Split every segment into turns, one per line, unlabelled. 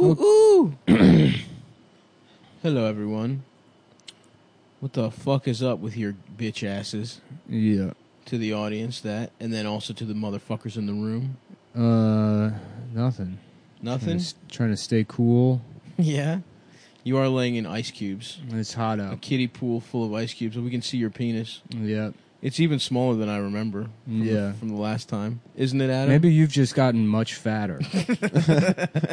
Ooh, ooh. Hello, everyone. What the fuck is up with your bitch asses?
Yeah.
To the audience, that, and then also to the motherfuckers in the room.
Uh, nothing.
Nothing.
Just trying to stay cool.
Yeah. You are laying in ice cubes.
It's hot
A
out.
kiddie pool full of ice cubes, and we can see your penis.
Yeah.
It's even smaller than I remember. From
Yeah.
The, from the last time, isn't it, Adam?
Maybe you've just gotten much fatter.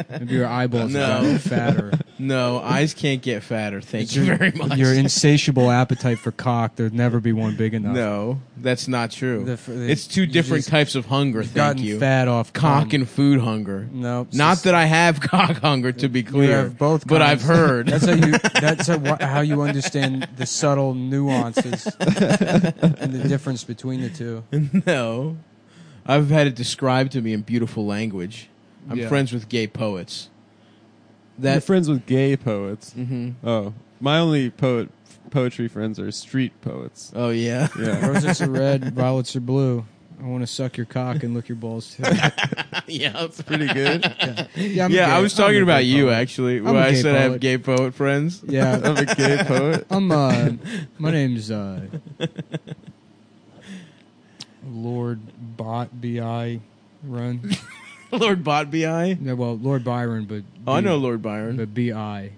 Maybe your eyeballs
No.
have gotten fatter.
No, eyes can't get fatter. Thank you very much.
Your insatiable appetite for cock, there'd never be one big enough.
no, that's not true.
The f- the-
it's two
you
different
just
types of hunger.
You've
Thank
gotten
you.
fat um, off
cock
cum.
and food hunger.
No, it's
Not
just-
that I have cock hunger, to be
You
clear.
have both.
but I've
kinds.
heard.
That's how you. That's how, wha- how you understand the subtle nuances and the difference between the two.
no, I've had it described to me in beautiful language. I'm
Yeah.
friends with gay poets.
You're
That
friends with gay poets.
Mhm.
Oh, my only poet poetry friends are street poets.
Oh yeah.
Yeah,
Roses are red, violets are blue. I want to suck your cock and lick your balls too.
yeah.
pretty good.
Yeah, I'm a
Yeah,
gay-
I was
I'm a
talking
gay
about you
poet.
actually.
a
When I
gay
said I have
poet.
gay poet friends.
Yeah,
I'm a gay poet.
I'm. Uh, my name's uh, Lord Bot B I Run.
Lord Botby.
Yeah, well, Lord Byron, but
Oh, I
B-
know Lord Byron.
but B I.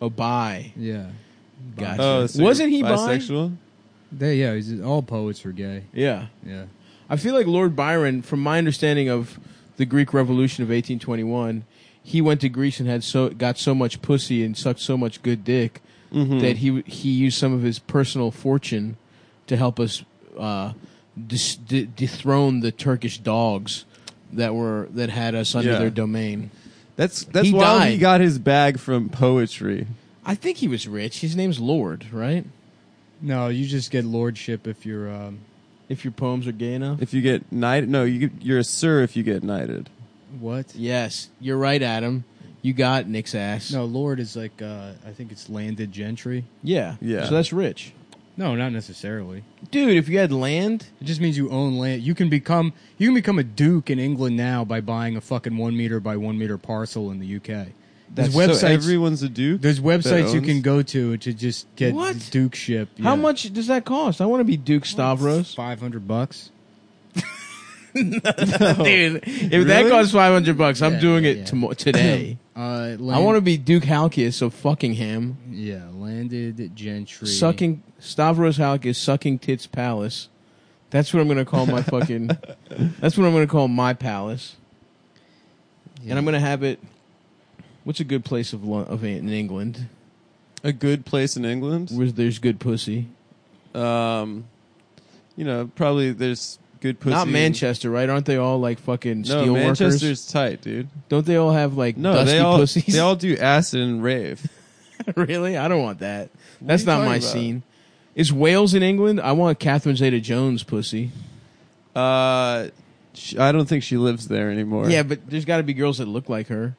Oh, bi.
Yeah,
Gotcha.
Oh, so you're
Wasn't he bi?
bisexual?
they yeah. he's- All poets are gay.
Yeah.
Yeah.
I feel like Lord Byron, from my understanding of the Greek Revolution of 1821, he went to Greece and had so got so much pussy and sucked so much good dick that he he used some of his personal fortune to help us uh, dis- de- dethrone the Turkish dogs that were that had us under
Yeah.
their domain.
That's that's
He
why he
died.
got his bag from poetry.
I think he was rich. His name's Lord, right?
No, you just get lordship if you're. Um,
If your poems are gay enough.
If you get knighted, no, you get, you're a sir if you get knighted.
what?
yes, you're right, Adam. You got Nick's ass.
No, lord is like uh, I think it's landed gentry.
Yeah.
Yeah.
So that's rich.
No, not necessarily.
Dude, if you had land,
It just means you own land. You can become you can become a duke in England now by buying a fucking one meter by one meter parcel in the UK. There's websites.
So everyone's a duke.
there's websites
that
you can
owns-
go to to just get
What?
dukeship.
How much does that cost? I want to be Duke Stavros.
Five hundred bucks.
Dude, if that costs 500 bucks, I'm
Yeah,
doing
yeah,
it
yeah.
tomo- today.
Uh, land,
I want to be Duke Halkias of Fuckingham,
yeah landed gentry
sucking Stavros Halkias sucking tits palace. That's what I'm going to call my fucking That's what I'm going to call my palace. And I'm going to have it What's a good place of Lo- of in England
a good place in England.
where there's good pussy?
Um, you know, probably there's good pussy.
Not
in-
Manchester, right? Aren't they all like fucking
No,
steel
Manchester's
workers?
tight, dude.
Don't they all have like
No,
dusty
they all
pussies?
they all do acid and rave.
really? I don't want that. That's
you
not
talking
my
about?
scene. Is Wales in England? I want Catherine Zeta-Jones pussy.
Uh, sh I don't think she lives there anymore.
Yeah, but there's got to be girls that look like her.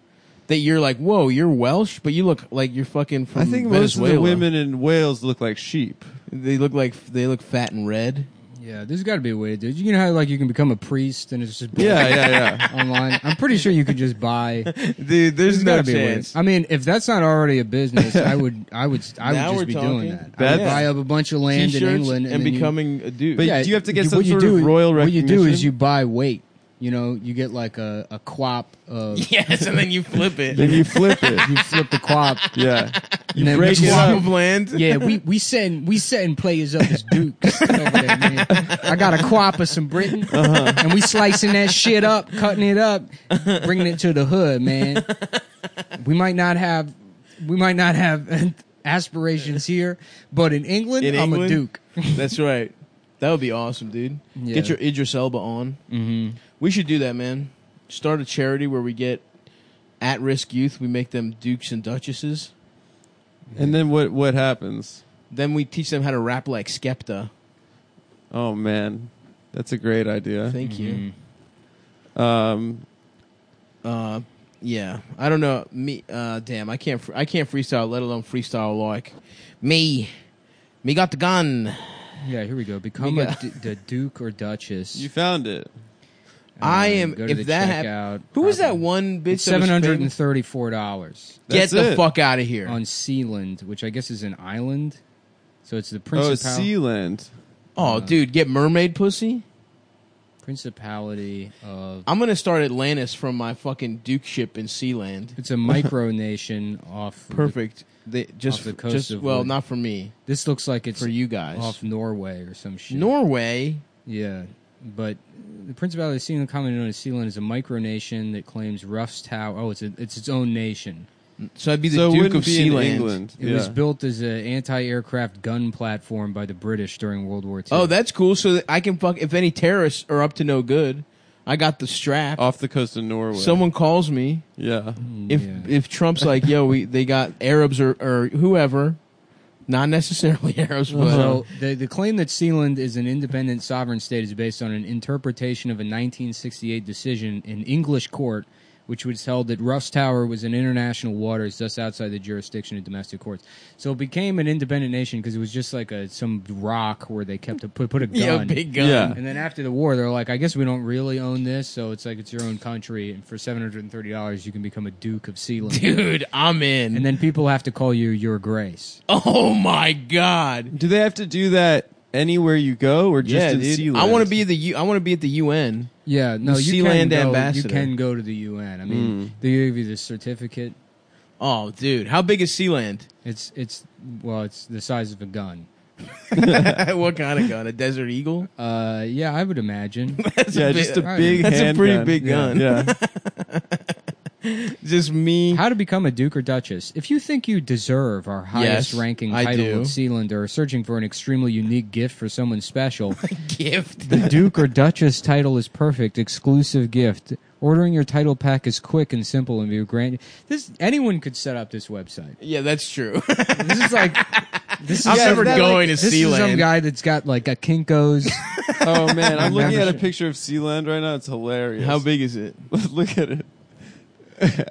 That you're like, whoa, you're Welsh, but you look like you're fucking from
I think most
Venezuela.
of the women in Wales look like sheep.
they look like they look fat and red.
Yeah, there's got to be a way to do it. You know how like you can become a priest and it's just
Yeah, yeah, yeah.
online. I'm pretty sure you could just buy.
Dude,
There's gotta be a way. I mean, if that's not already a business, I would, I would, I
Now
would
we're
just be
talking.
doing that. I
That's-
would buy up a bunch of land
T-shirts
in England
and,
and, then you-
becoming a dude.
But- do you have to get
you-
some
what you
sort of
do-
royal
What you do is
recognition?
you buy weight. You know, you get like a a quap. Of,
yes, and then you flip it.
Then you flip it.
You flip the quap.
Yeah.
and then
break
we
it
just-
up.
Swamp of land.
Yeah, we we setting we setting players up as dukes over there, man. I got a quap of some Britain,
Uh-huh.
and we slicing that shit up, cutting it up, bringing it to the hood, man. We might not have we might not have aspirations here, but in England,
In
I'm
England?
a duke.
That's right. That would be awesome, dude.
Yeah.
Get your Idris Elba on. Mm-hmm. We should do that, man. Start a charity where we get at-risk youth. We make them dukes and duchesses.
And then what what happens?
Then we teach them how to rap like Skepta.
Oh man, that's a great idea.
Thank
Mm-hmm.
you.
Um,
Uh, yeah, I don't know. Me, uh, damn, I can't. fr- I can't freestyle, let alone freestyle like me. Me got the gun.
Yeah, here we go. Become
We
a
got-
d- the Duke or Duchess.
you found it.
I
Um,
am.
go to the
If that
checkout,
happened, who was that
probably-
one bitch? that was
Seven hundred and
famous?
thirty-four dollars
Get
That's
the
it.
fuck out of here.
on Sealand, which I guess is an island. So it's the
Oh,
principal-
Sealand.
uh,
oh, dude, get mermaid pussy.
principality of.
I'm gonna start Atlantis from my fucking Duke ship in Sealand.
It's a micronation off. the-
Perfect. They, just
Off the coast
just,
of
well,
what?
not for me.
this looks like it's
For you guys,
off Norway or some shit.
Norway.
Yeah, but the Principality of Sealand, commonly known as Sealand, is a micronation that claims Ruff's Tower. Oh, it's a, it's its own nation.
So I'd be the
so it
Duke
wouldn't
of
be in
Sealand.
England.
It
yeah.
was built as an anti-aircraft gun platform by the British during World War II.
Oh, that's cool. So that I can fuck if any terrorists are up to no good. I got the strap.
off the coast of Norway.
Someone Hmm. calls me
yeah.
if
Yeah.
if Trump's like, "Yo, we they got Arabs or or whoever, not necessarily Arabs, but
So uh, the, the claim that Sealand is an independent sovereign state is based on an interpretation of a 1968 decision in English court, which was held that Ruff's Tower was in international waters, thus outside the jurisdiction of domestic courts. So it became an independent nation because it was just like a some rock where they kept a put put a gun.
yeah, big gun."
Yeah.
And then after the war, they're like, I guess we don't really own this, so it's like it's your own country, and for seven hundred and thirty dollars, you can become a Duke of Sealand.
Dude, I'm in.
And then people have to call you Your Grace.
oh my god.
Do they have to do that anywhere you go, or just in
dude.
Sealand?
I want to be the U- I want to be at the UN.
Yeah, no,
The
you
Sealand
can go,
ambassador. Mm.
You can go to the UN. I mean, they give you the certificate.
Oh, dude, how big is Sealand?
It's it's well, it's the size of a gun.
what kind of gun? A Desert Eagle?
Uh, yeah, I would imagine.
That's
yeah,
a big-
just a
Alright.
big.
That's a pretty
handgun.
big gun.
Yeah.
Just me.
How to become a duke or duchess? If you think you deserve our highest-ranking
I
title
do.
of Sealand, or are searching for an extremely unique gift for someone special,
gift?
the duke or duchess title is perfect, exclusive gift. Ordering your title pack is quick and simple, and you grant this. Anyone could set up this website.
Yeah, that's true.
This is like this is
I'm
yeah,
never
that-
going to
This is some
Sealand.
guy that's got like a Kinkos.
Oh man, I'm looking at a
Membership.
picture of Sealand right now. It's hilarious.
How big is it?
Look at it.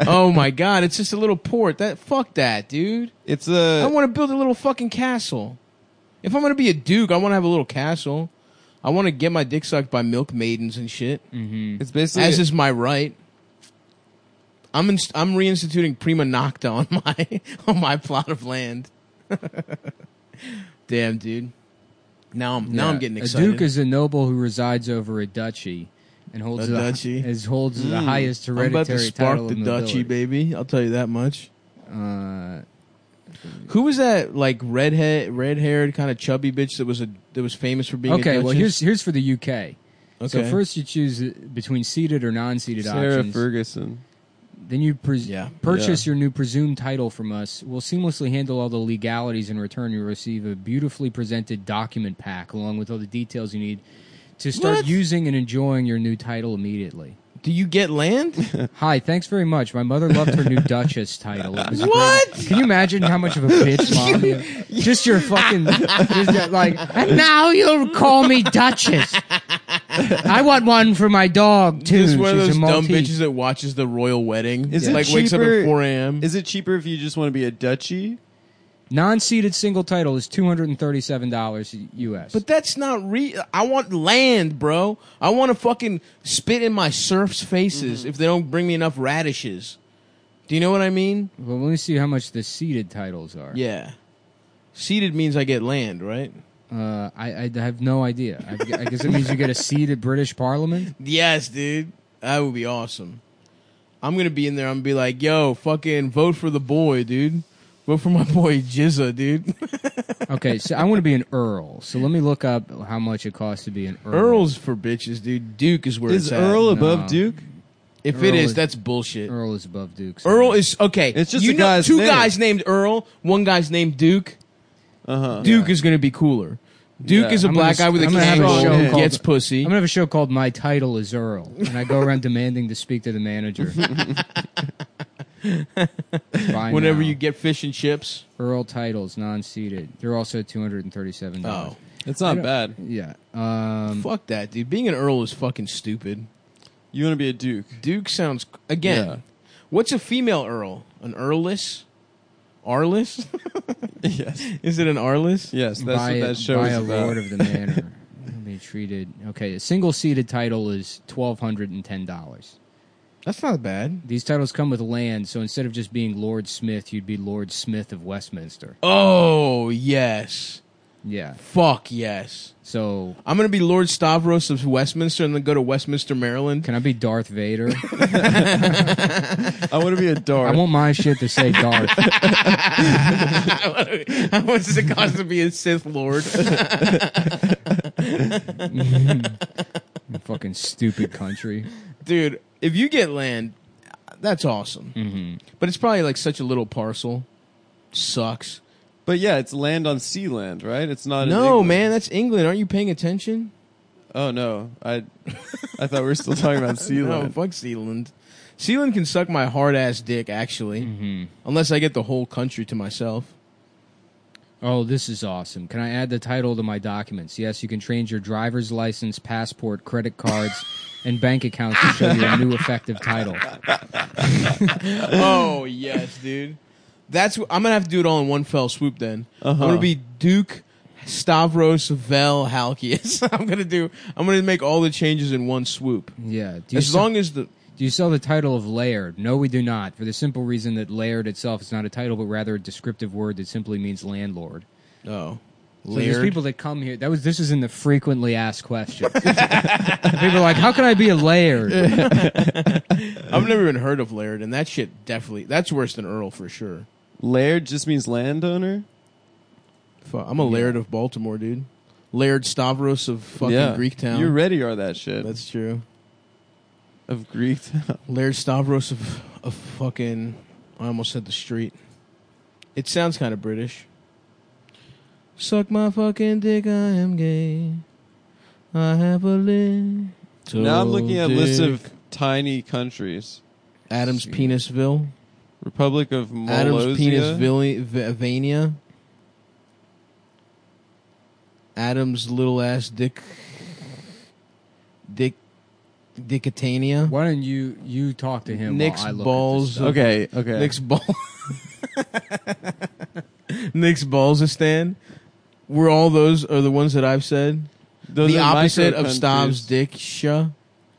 oh my god, it's just a little port. That fuck that, dude.
It's
I
a.
want to build a little fucking castle. If I'm gonna be a duke, I want to have a little castle. I want to get my dick sucked by milk maidens and shit,
it's basically
as is my right. I'm in, I'm reinstituting prima nocta on my on my plot of land. Damn, dude. Now I'm now I'm
Yeah.
getting
A
excited.
duke is a noble who resides over a duchy and holds
A
the,
duchy. Hmm.
Is, holds the highest
I'm
hereditary
about to spark
title
the
of
duchy,
nobility.
baby. I'll tell you that much.
Uh,
Who was that like redhead, red haired kind of chubby bitch that was a that was famous for being?
okay,
a
well
duchess?
here's here's for the UK. So
Okay.
first you choose uh, between seated or non-seated
Sarah
options.
Ferguson.
then you pres-
Yeah.
purchase your new presumed title from us. We'll seamlessly handle all the legalities in return. You'll receive a beautifully presented document pack along with all the details you need to start
What?
using and enjoying your new title immediately.
do you get land?
Hi, thanks very much. My mother loved her new Duchess title. It was a
What?
great- Can you imagine how much of a bitch mom? you- just your fucking, just that, like, and now you'll call me Duchess. I want one for my dog too.
Just one of those
She's a
dumb
Maltese.
bitches that watches the royal wedding.
Is it
like wakes up
cheaper-
at four a.m.
Is it cheaper if you just want to be a duchy?
Non-seated single title is two hundred and thirty-seven dollars U.S.
But that's not real. I want land, bro. I want to fucking spit in my serfs' faces
Mm-hmm.
if they don't bring me enough radishes. Do you know what I mean?
well, let me see how much the seated titles are.
Yeah. Seated means I get land, right?
Uh, I, I have no idea. I, I guess it means you get a seat at British Parliament.
Yes, dude. That would be awesome. I'm gonna be in there. I'm gonna be like, yo, fucking vote for the boy, dude. Vote for my boy Jizza, dude.
Okay, so I want to be an earl. So let me look up how much it costs to be an earl.
Earl's for bitches, dude. Duke is where
Is
it's at.
Earl above
No.
Duke?
If it
Earl
is,
is-
that's bullshit. Earl,
Earl is above Duke. so-
is okay.
It's just
you
a
know,
guy's
two
name.
guys named Earl. One guy's named Duke.
Uh huh.
Duke is gonna be cooler. Duke
Yeah.
is a
I'm
black
gonna-
guy with a
I'm gonna have
a
kangaroo
show
who
called-
gets pussy.
I'm gonna have a show called "My Title Is Earl," and I go around demanding to speak to the manager. Buy
Whenever
now.
you get fish and chips,
Earl titles non-seated, they're also two hundred and thirty-seven dollars.
oh
It's not bad.
Yeah. Um,
fuck that, dude. Being an earl is fucking stupid.
You want to be a duke?
Duke sounds again.
Yeah.
What's a female earl? An earless, arless?
yes.
is it an arless?
Yes, that's
by,
what that show
by
is
a
about.
lord of the manor. be treated. Okay, a single-seated title is twelve hundred and ten dollars.
That's not bad.
These titles come with land, so instead of just being Lord Smith, you'd be Lord Smith of Westminster.
Oh yes,
Yeah.
fuck yes.
So
I'm gonna be Lord Stavros of Westminster and then go to Westminster, Maryland.
can I be Darth Vader?
I want to be a
I
dart.
want my shit to say Darth.
How much does it cost to be a Sith Lord?
Fucking stupid country.
Dude, if you get land, that's awesome.
Hmm.
Mm-hmm.
But it's probably like such a little parcel. Sucks.
But yeah, it's land on sea land, right? It's not. in
No,
England.
man, that's England. Aren't you paying attention?
Oh no, I, I thought we were still talking about sea
No,
land.
fuck Sealand. Sealand can suck my hard ass dick, actually.
Mm-hmm.
Unless I get the whole country to myself.
Oh, this is awesome. Can I add the title to my documents? Yes, you can change your driver's license, passport, credit cards, and bank accounts to show your new effective title.
oh yes, dude. That's wh- I'm gonna have to do it all in one fell swoop. Then
Uh-huh.
I'm gonna be Duke Stavros Vel Halkias. I'm gonna do. I'm gonna make all the changes in one swoop.
Yeah. Do you
As
se-
long as the
do you sell the title of laird? No, we do not, for the simple reason that laird itself is not a title, but rather a descriptive word that simply means landlord.
oh,
So there's
Laird.
people that come here. That was this is in the frequently asked questions. people are like, "How can I be a laird?"
I've never even heard of Laird, and that shit definitely that's worse than Earl for sure.
Laird just means landowner.
Fuck, I'm a Laird of Baltimore, dude. Laird Stavros of fucking
yeah,
Greektown.
You already are that shit
That's true.
of Greektown.
Laird Stavros of of fucking I almost said the street. It sounds kind of British. Suck my fucking dick, I am gay. I have a little.
now I'm looking at lists
dick.
of tiny countries:
Adam's Penisville,
Republic of
Adam's
Molosia,
Penisvania, Adam's little ass dick, dick, Dickatania,
Why don't you you talk to him?
Nick's
while I look
balls
At this stuff.
Okay, okay.
Nick's ball. Nick's Balzistan. Were all those are the ones that I've said?
Those
the
are
opposite of
micro-countries.
Stav's dick sha.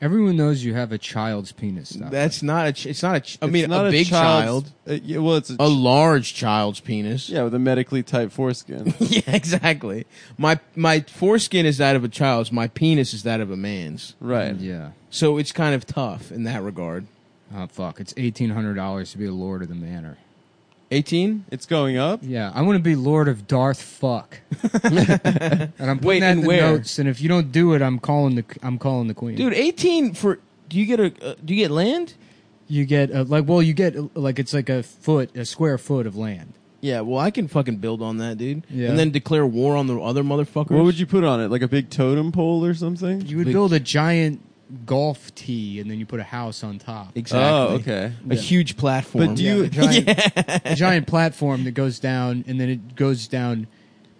Everyone knows you have a child's penis. Stop
That's not a. Ch- it's not a. Ch- I
It's
mean,
not
a big
child's-
child,
uh, yeah, well, it's a,
a
ch-
large child's penis.
yeah with a medically tight foreskin.
yeah, exactly. My my foreskin is that of a child's. My penis is that of a man's.
right.
it. Yeah.
So it's kind of tough in that regard.
Oh fuck! It's eighteen hundred dollars to be a lord of the manor.
Eighteen.
It's going up.
Yeah, I want to be lord of Darth Fuck. and I'm putting
Wait,
that in
and
the
where?
notes. And if you don't do it, I'm calling the I'm calling the queen.
Dude, eighteen for. Do you get a? Uh, do you get land?
you get uh, like well, you get uh, like it's like a foot, a square foot of land.
Yeah, well, I can fucking build on that, dude.
Yeah.
And then declare war on the other motherfuckers.
What would you put on it? Like a big totem pole or something?
You would
Big-
build a giant golf tee, and then you put a house on top.
Oh, okay.
A huge platform.
But do you-
A giant, a giant platform that goes down, and then it goes down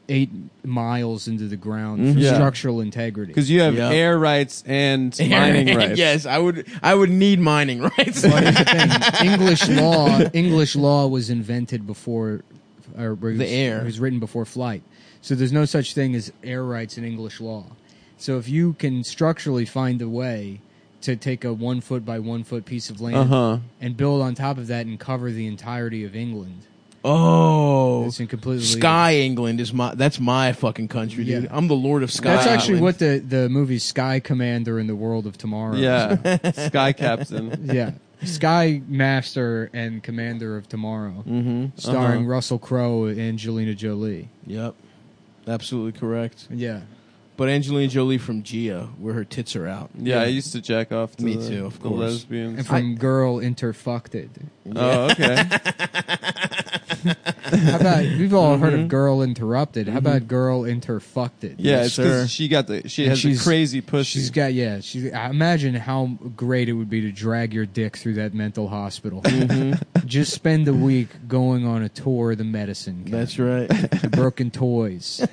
eight miles into the ground for
Mm-hmm. Yeah.
structural integrity.
Because you have
Yeah.
air rights and mining rights.
yes, I would. I would need mining rights.
Well, here's the thing. English law English law was invented before or it was,
The air.
It was written before flight. So there's no such thing as air rights in English law. So if you can structurally find a way to take a one foot by one foot piece of land
Uh-huh.
and build on top of that and cover the entirety of England,
oh,
it's in completely
Sky England is my. That's my fucking country, dude.
Yeah.
I'm the Lord of Sky.
That's actually
Island.
what the the movie Sky Commander in the World of Tomorrow.
Yeah. Sky captain.
yeah. Sky Master and Commander of Tomorrow, mm-hmm. starring
Uh-huh.
Russell Crowe and Angelina Jolie.
Yep, absolutely correct.
Yeah.
But Angelina Jolie from Gia, where her tits are out.
Yeah, I used to jack off to
Me
the,
too, of
the
course.
lesbians.
And from Girl Interfucked It.
Oh, okay.
How about we've all heard of girl interrupted? How about girl interfucked?
Yeah, it's 'cause
Sure.
she got the she
And
has a
she's-
crazy pussy.
She's got yeah. She's I imagine how great it would be to drag your dick through that mental hospital. Just spend a week going on a tour of the medicine. cabinet.
That's right.
The broken toys.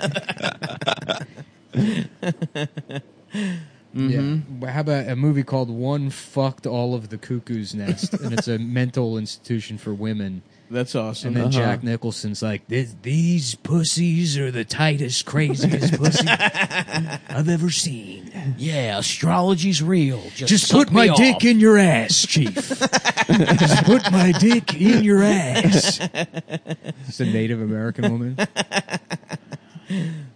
Yeah. How about a movie called One Fucked All of the Cuckoo's Nest? and it's a mental institution for women.
That's awesome.
And then Jack Nicholson's like, "This- these pussies are the tightest, craziest pussy I've ever seen.
Yeah, astrology's real. Just,
Just
suck
put my
me
dick
off.
in your ass, Chief. Just put my dick in your ass. It's a Native American woman.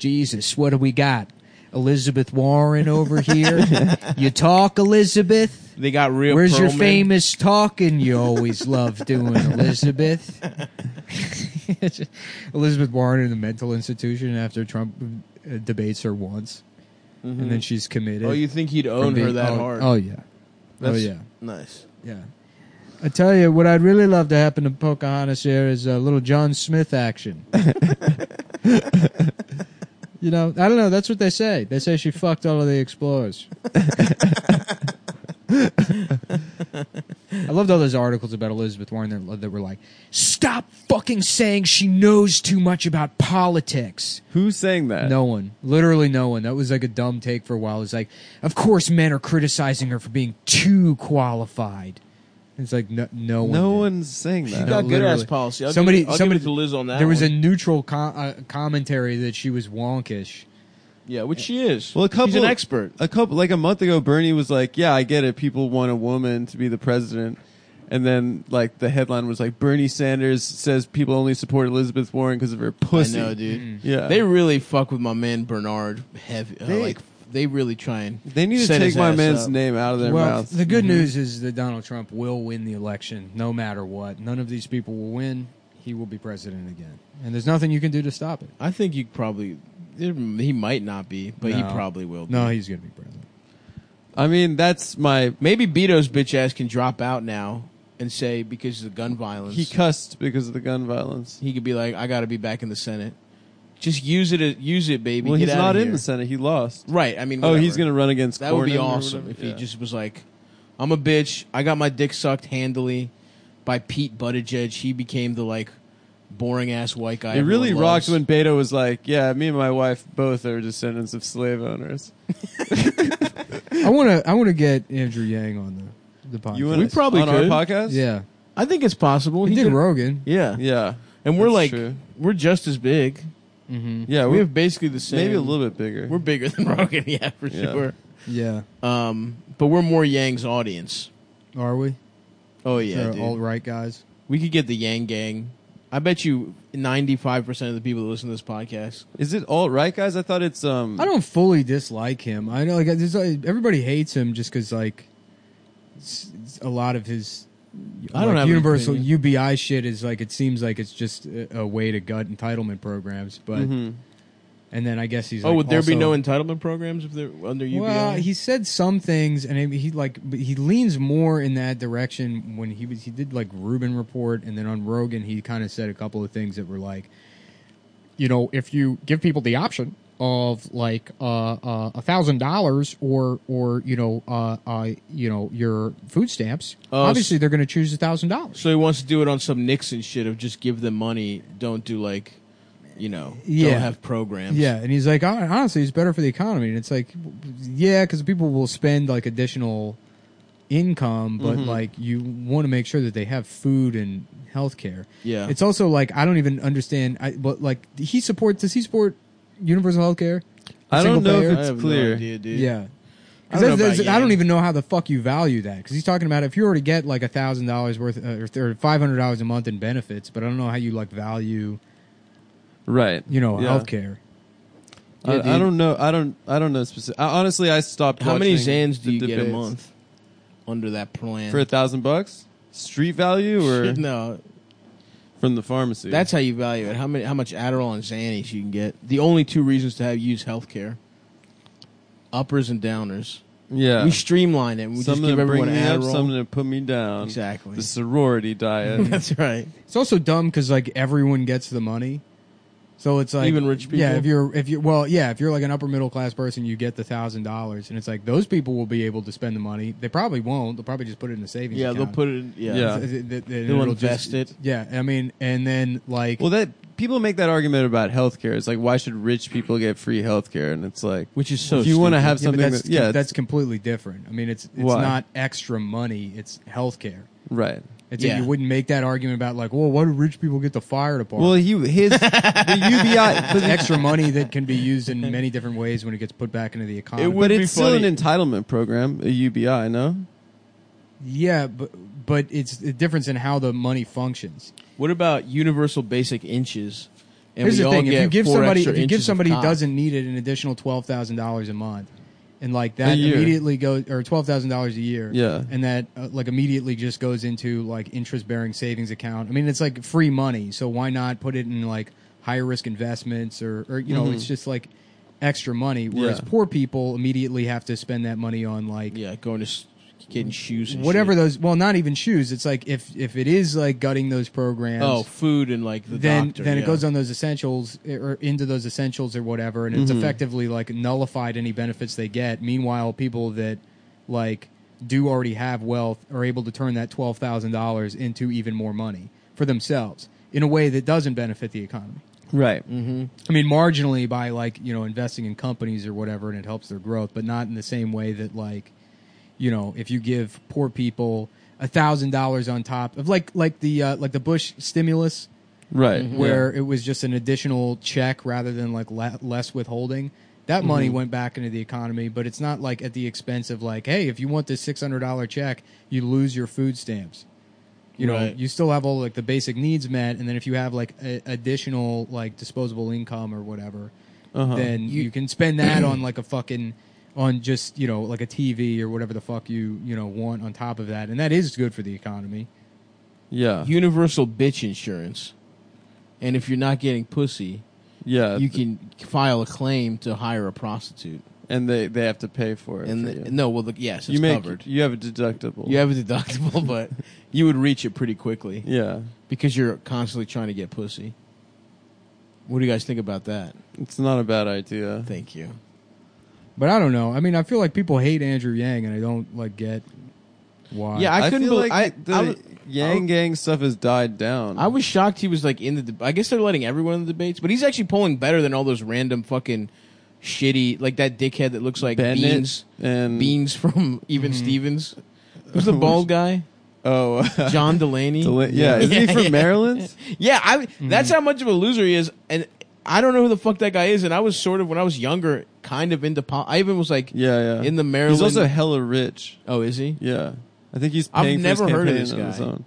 Jesus, what do we got? Elizabeth Warren over here. you talk, Elizabeth.
They got real.
Where's your
Perlman.
famous talking you always love doing, Elizabeth?
Elizabeth Warren in the mental institution after Trump uh, debates her once, and then she's committed.
Oh, you think he'd
from
own her
being-
that
oh,
hard?
Oh yeah,
That's
oh yeah.
Nice.
Yeah. I tell you, what I'd really love to happen to Pocahontas here is a little John Smith action. you know, I don't know. That's what they say. They say she fucked all of the explorers. I loved all those articles about Elizabeth Warren that, that were like,
Stop fucking saying she knows too much about politics.
Who sang
Uh,
that?
no one, literally no one. That was like a dumb take for a while. It's like,
Of course, men are criticizing her for being too qualified.
it's like no, no one.
no
did.
one sang that.
Got good ass
literally.
policy. I'll
Somebody-
give it, I'll
somebody-
give it to Liz on that.
There was a
one.
neutral co- uh, commentary that she was wonkish.
yeah, which she is.
Well, a couple
She's an expert.
A couple like a month ago, Bernie was like, "Yeah, I get it. People want a woman to be the president." And then like the headline was like, "Bernie Sanders says people only support Elizabeth Warren because of her
I
pussy."
know, dude.
Yeah,
They really fuck with my man Bernard. Heavy, uh,
They-
like they really try and
They need to
set
take
his
my
ass
man's
up.
name out of their
well,
mouths.
the good
Mm-hmm.
news is that Donald Trump will win the election, no matter what. None of these people will win. He will be president again, and there's nothing you can do to stop it.
I think you probably he might not be, but he
No.
probably will. Be.
No, he's going to be president.
I mean, that's my.
Maybe Beto's bitch ass can drop out now and say because of the gun violence,
He cussed because of the gun violence.
he could be like, I got to be back in the Senate. Just use it, use it, baby.
well,
Get
he's
outta
not
here.
in the Senate. He lost.
Right. I mean,
Oh, he's
whatever.
going to run against.
That would be
Cornyn or
awesome
whatever?
if
Yeah.
he just was like, "I'm a bitch. I got my dick sucked handily by Pete Buttigieg. He became the like boring ass white guy."
It really
everyone
rocked
loves.
when Beto was like, "Yeah, me and my wife both are descendants of slave owners."
I want to. I want to get Andrew Yang on the the podcast.
You
We
want
probably
on
could.
our podcast?
yeah,
I think it's possible.
he, did
could-
Rogan.
Yeah.
yeah,
and we're
that's
like,
true.
we're just as big.
yeah.
We
We're
have basically the same.
maybe a little bit bigger.
We're bigger than Rogan, yeah, for
Yeah.
sure.
Yeah,
Um, but we're more Yang's audience.
are we?
Oh yeah, dude.
all right, guys.
we could get the Yang Gang. I bet you ninety-five percent of the people that listen to this podcast.
Is it alt right, guys? I thought it's um.
I don't fully dislike him. I know like, there's, like everybody hates him just because like s- s- a lot of his
I don't
like,
have an
universal
opinion.
UBI shit is like it seems like it's just a, a way to gut entitlement programs, but and then I guess he's
Mm-hmm. Oh,
like,
would there be
also-
no entitlement programs if they're under UBI?
well, he said some things, and he he, like but he leans more in that direction when he was he did like Rubin report, and then on Rogan he kind of said a couple of things that were like, you know, if you give people the option of like uh, a thousand dollars or or you know uh, uh you know your food stamps,
Oh, s-
obviously they're going to choose a thousand dollars.
So he wants to do it on some Nixon shit of just give them money, don't do like, you know,
Yeah.
don't have programs.
Yeah, and he's like, "Hon- honestly, it's better for the economy. And it's like, yeah, because people will spend like additional income, but
Mm-hmm.
like you want to make sure that they have food and health care.
Yeah.
it's also like I don't even understand. I but like he support does he support universal health care?
I don't know if
I
it's
have
clear.
no idea, dude.
Yeah.
I don't
Cause
know
that's- that's- I,
about
don't
Yang.
even know how the fuck you value that because he's talking about if you were to get like a thousand dollars worth uh, or five hundred dollars a month in benefits, but I don't know how you like value
right.
you know
Yeah.
health care.
I,
Yeah,
I
dude.
don't know. I don't. I don't know specific. I, honestly, I stopped.
How many
watching
Zans do
the
you get a
debates.
month under that plan?
for a thousand bucks? Street value or
no,
from the pharmacy?
that's how you value it. How many? How much Adderall and Xanax you can get? The only two reasons to have use healthcare: uppers and downers.
Yeah.
We streamline it. And we
some
just give
to bring
everyone
me up,
Adderall.
some to put me down.
Exactly.
The sorority diet.
That's right.
It's also dumb because like everyone gets the money, so it's like
Even rich people?
Yeah, if you're if you well, yeah, if you're like an upper middle class person, you get the thousand dollars, and it's like those people will be able to spend the money. They probably won't. They'll probably just put it in the savings.
Yeah, they'll
account.
put it. In, yeah.
Yeah.
Th- th- th-
They'll
it'll
invest it.
Yeah, I mean, and then like
well, that people make that argument about healthcare. It's like, why should rich people get free healthcare? And it's like,
Which is so.
if you want to
stupid.
have
Yeah, but
something,
that's
that, yeah,
that's completely different. I mean, it's it's
Why?
not extra money; it's health care.
right.
It's
Yeah.
yeah. you wouldn't make that argument about like, well, why do rich people get the fire department?
Well, he his the UBI, but,
It's extra money that can be used in many different ways when it gets put back into the economy.
would- be
it's still
funny.
an entitlement program, a UBI, no?
yeah, but but it's the difference in how the money functions.
What about universal basic inches? And
Here's
we
the
all
thing: if
get
you give
four
somebody
extra
if you
inches
give
of
somebody who
cock.
doesn't need it an additional twelve thousand dollars a month, and like that
year.
immediately goes or twelve thousand dollars a year,
Yeah.
and that uh, like immediately just goes into like interest bearing savings account. I mean, it's like free money, so why not put it in like higher risk investments or or you know
Mm-hmm.
it's just like extra money. Whereas
Yeah.
poor people immediately have to spend that money on like
yeah, going to s- getting shoes, and
whatever
shit.
those well not even shoes it's like if if it is like gutting those programs
oh, food and like the
then
doctor.
then
yeah.
it goes on those essentials eh, or into those essentials or whatever and it's
Mm-hmm.
effectively like nullified any benefits they get meanwhile people that like do already have wealth are able to turn that $12,000 into even more money for themselves in a way that doesn't benefit the economy
Right.
Mm-hmm.
I mean, marginally by like you know investing in companies or whatever, and it helps their growth, but not in the same way that like you know if you give poor people a thousand dollars on top of like like the uh, like the Bush stimulus
Right.
Mm-hmm.
where it was just an additional check rather than like le- less withholding. That money went back into the economy, but it's not like at the expense of like, hey, if you want this six hundred dollar check, you lose your food stamps. You know,
Right.
you still have all like the basic needs met, and then if you have like a- additional like disposable income or whatever, then you, can spend that on like a fucking on just you know like a TV or whatever the fuck you you know want on top of that, and that is good for the economy.
Yeah. Yeah.
universal bitch insurance, and if you're not getting pussy,
yeah.
you can file a claim to hire a prostitute.
and they, they have to pay for it.
And
for
the,
you.
no, well, the, yes, it's
you make
covered.
you have a deductible.
You have a deductible, but you would reach it pretty quickly
yeah.
because you're constantly trying to get pussy. What do you guys think about that?
It's not a bad idea.
Thank you.
But I don't know. I mean, I feel like people hate Andrew Yang, and I don't like get why.
Yeah, I couldn't
feel
believe- I-
like the
I was-
Yang
I-
Gang stuff has died down.
I was shocked he was like in the. De- I guess they're letting everyone in the debates, but he's actually polling better than all those random fucking shitty like that dickhead that looks like
Bennett Mm-hmm.
beans
and
beans from Even Stevens. Who's the bald guy?
oh
John Delaney.
Deli- yeah, isn't he from Maryland? Mm-hmm.
Yeah, I. That's how much of a loser he is, and I don't know who the fuck that guy is. And I was sort of when I was younger, kind of into. pol I even was like,
Yeah, yeah.
in the Maryland.
He's also hella rich.
oh, is he?
Yeah, I think he's.
I've
Paying for his
never heard of
campaign
this
on
guy.
His own.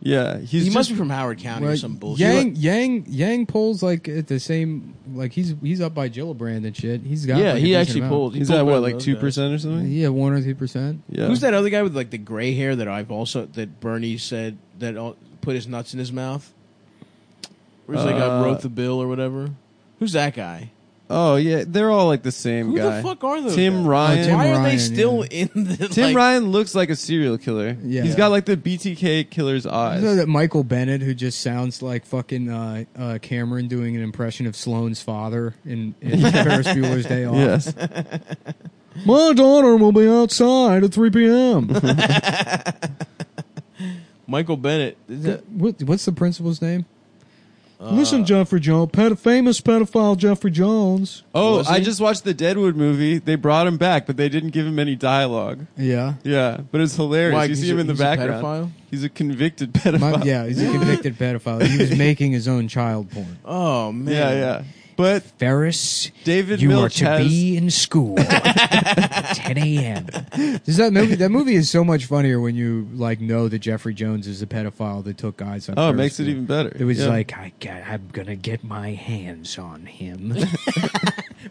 Yeah, he's.
he
just,
must be from Howard County or some bullshit.
Yang Yang Yang pulls like at the same like he's he's up by Gillibrand and shit. He's got
yeah,
like, a
he
decent
actually
amount.
pulled. he
He's
pulled
at
better
what,
than
like
those
two
guys.
percent or something?
Yeah, one or two percent.
Yeah.
Who's that other guy with like the gray hair that I've also that Bernie said that all, put his nuts in his mouth? Where's like I
Uh,
wrote the bill or whatever? Who's that guy?
Oh yeah, they're all like the same
Who
guy.
the fuck are those?
Tim
guys? Oh,
Ryan.
Tim
Why are they
Ryan,
still in the
Tim
like,
Ryan looks like a serial killer.
Yeah.
He's got like the BTK killer's
I
eyes.
know that Michael Bennett, who just sounds like fucking uh, uh, Cameron doing an impression of Sloane's father in, in Ferris Bueller's Day Off.
Yes.
My daughter will be outside at 3 p.m.
Michael Bennett? Is that-
what, what's the principal's name?
Uh,
Listen, Jeffrey Jones, ped- famous pedophile Jeffrey Jones.
Oh,
Was
I
he?
just watched the Deadwood movie. They brought him back, but they didn't give him any dialogue.
Yeah.
Yeah, but it's hilarious.
Why,
you
he's
see
a-
him in the
he's a
background.
pedophile?
He's a convicted pedophile.
My- yeah, he's a convicted pedophile. He was making his own child porn.
oh man,
yeah, yeah. But
Ferris,
David
you
Milch
are to
has
be in school at 10 a.m.
Does that movie? That movie is so much funnier when you like know that Jeffrey Jones is a pedophile that took guys on.
oh, it
Ferris
makes it
Bueller.
even better.
It was
Yeah.
like
I got, I'm gonna get my hands on him.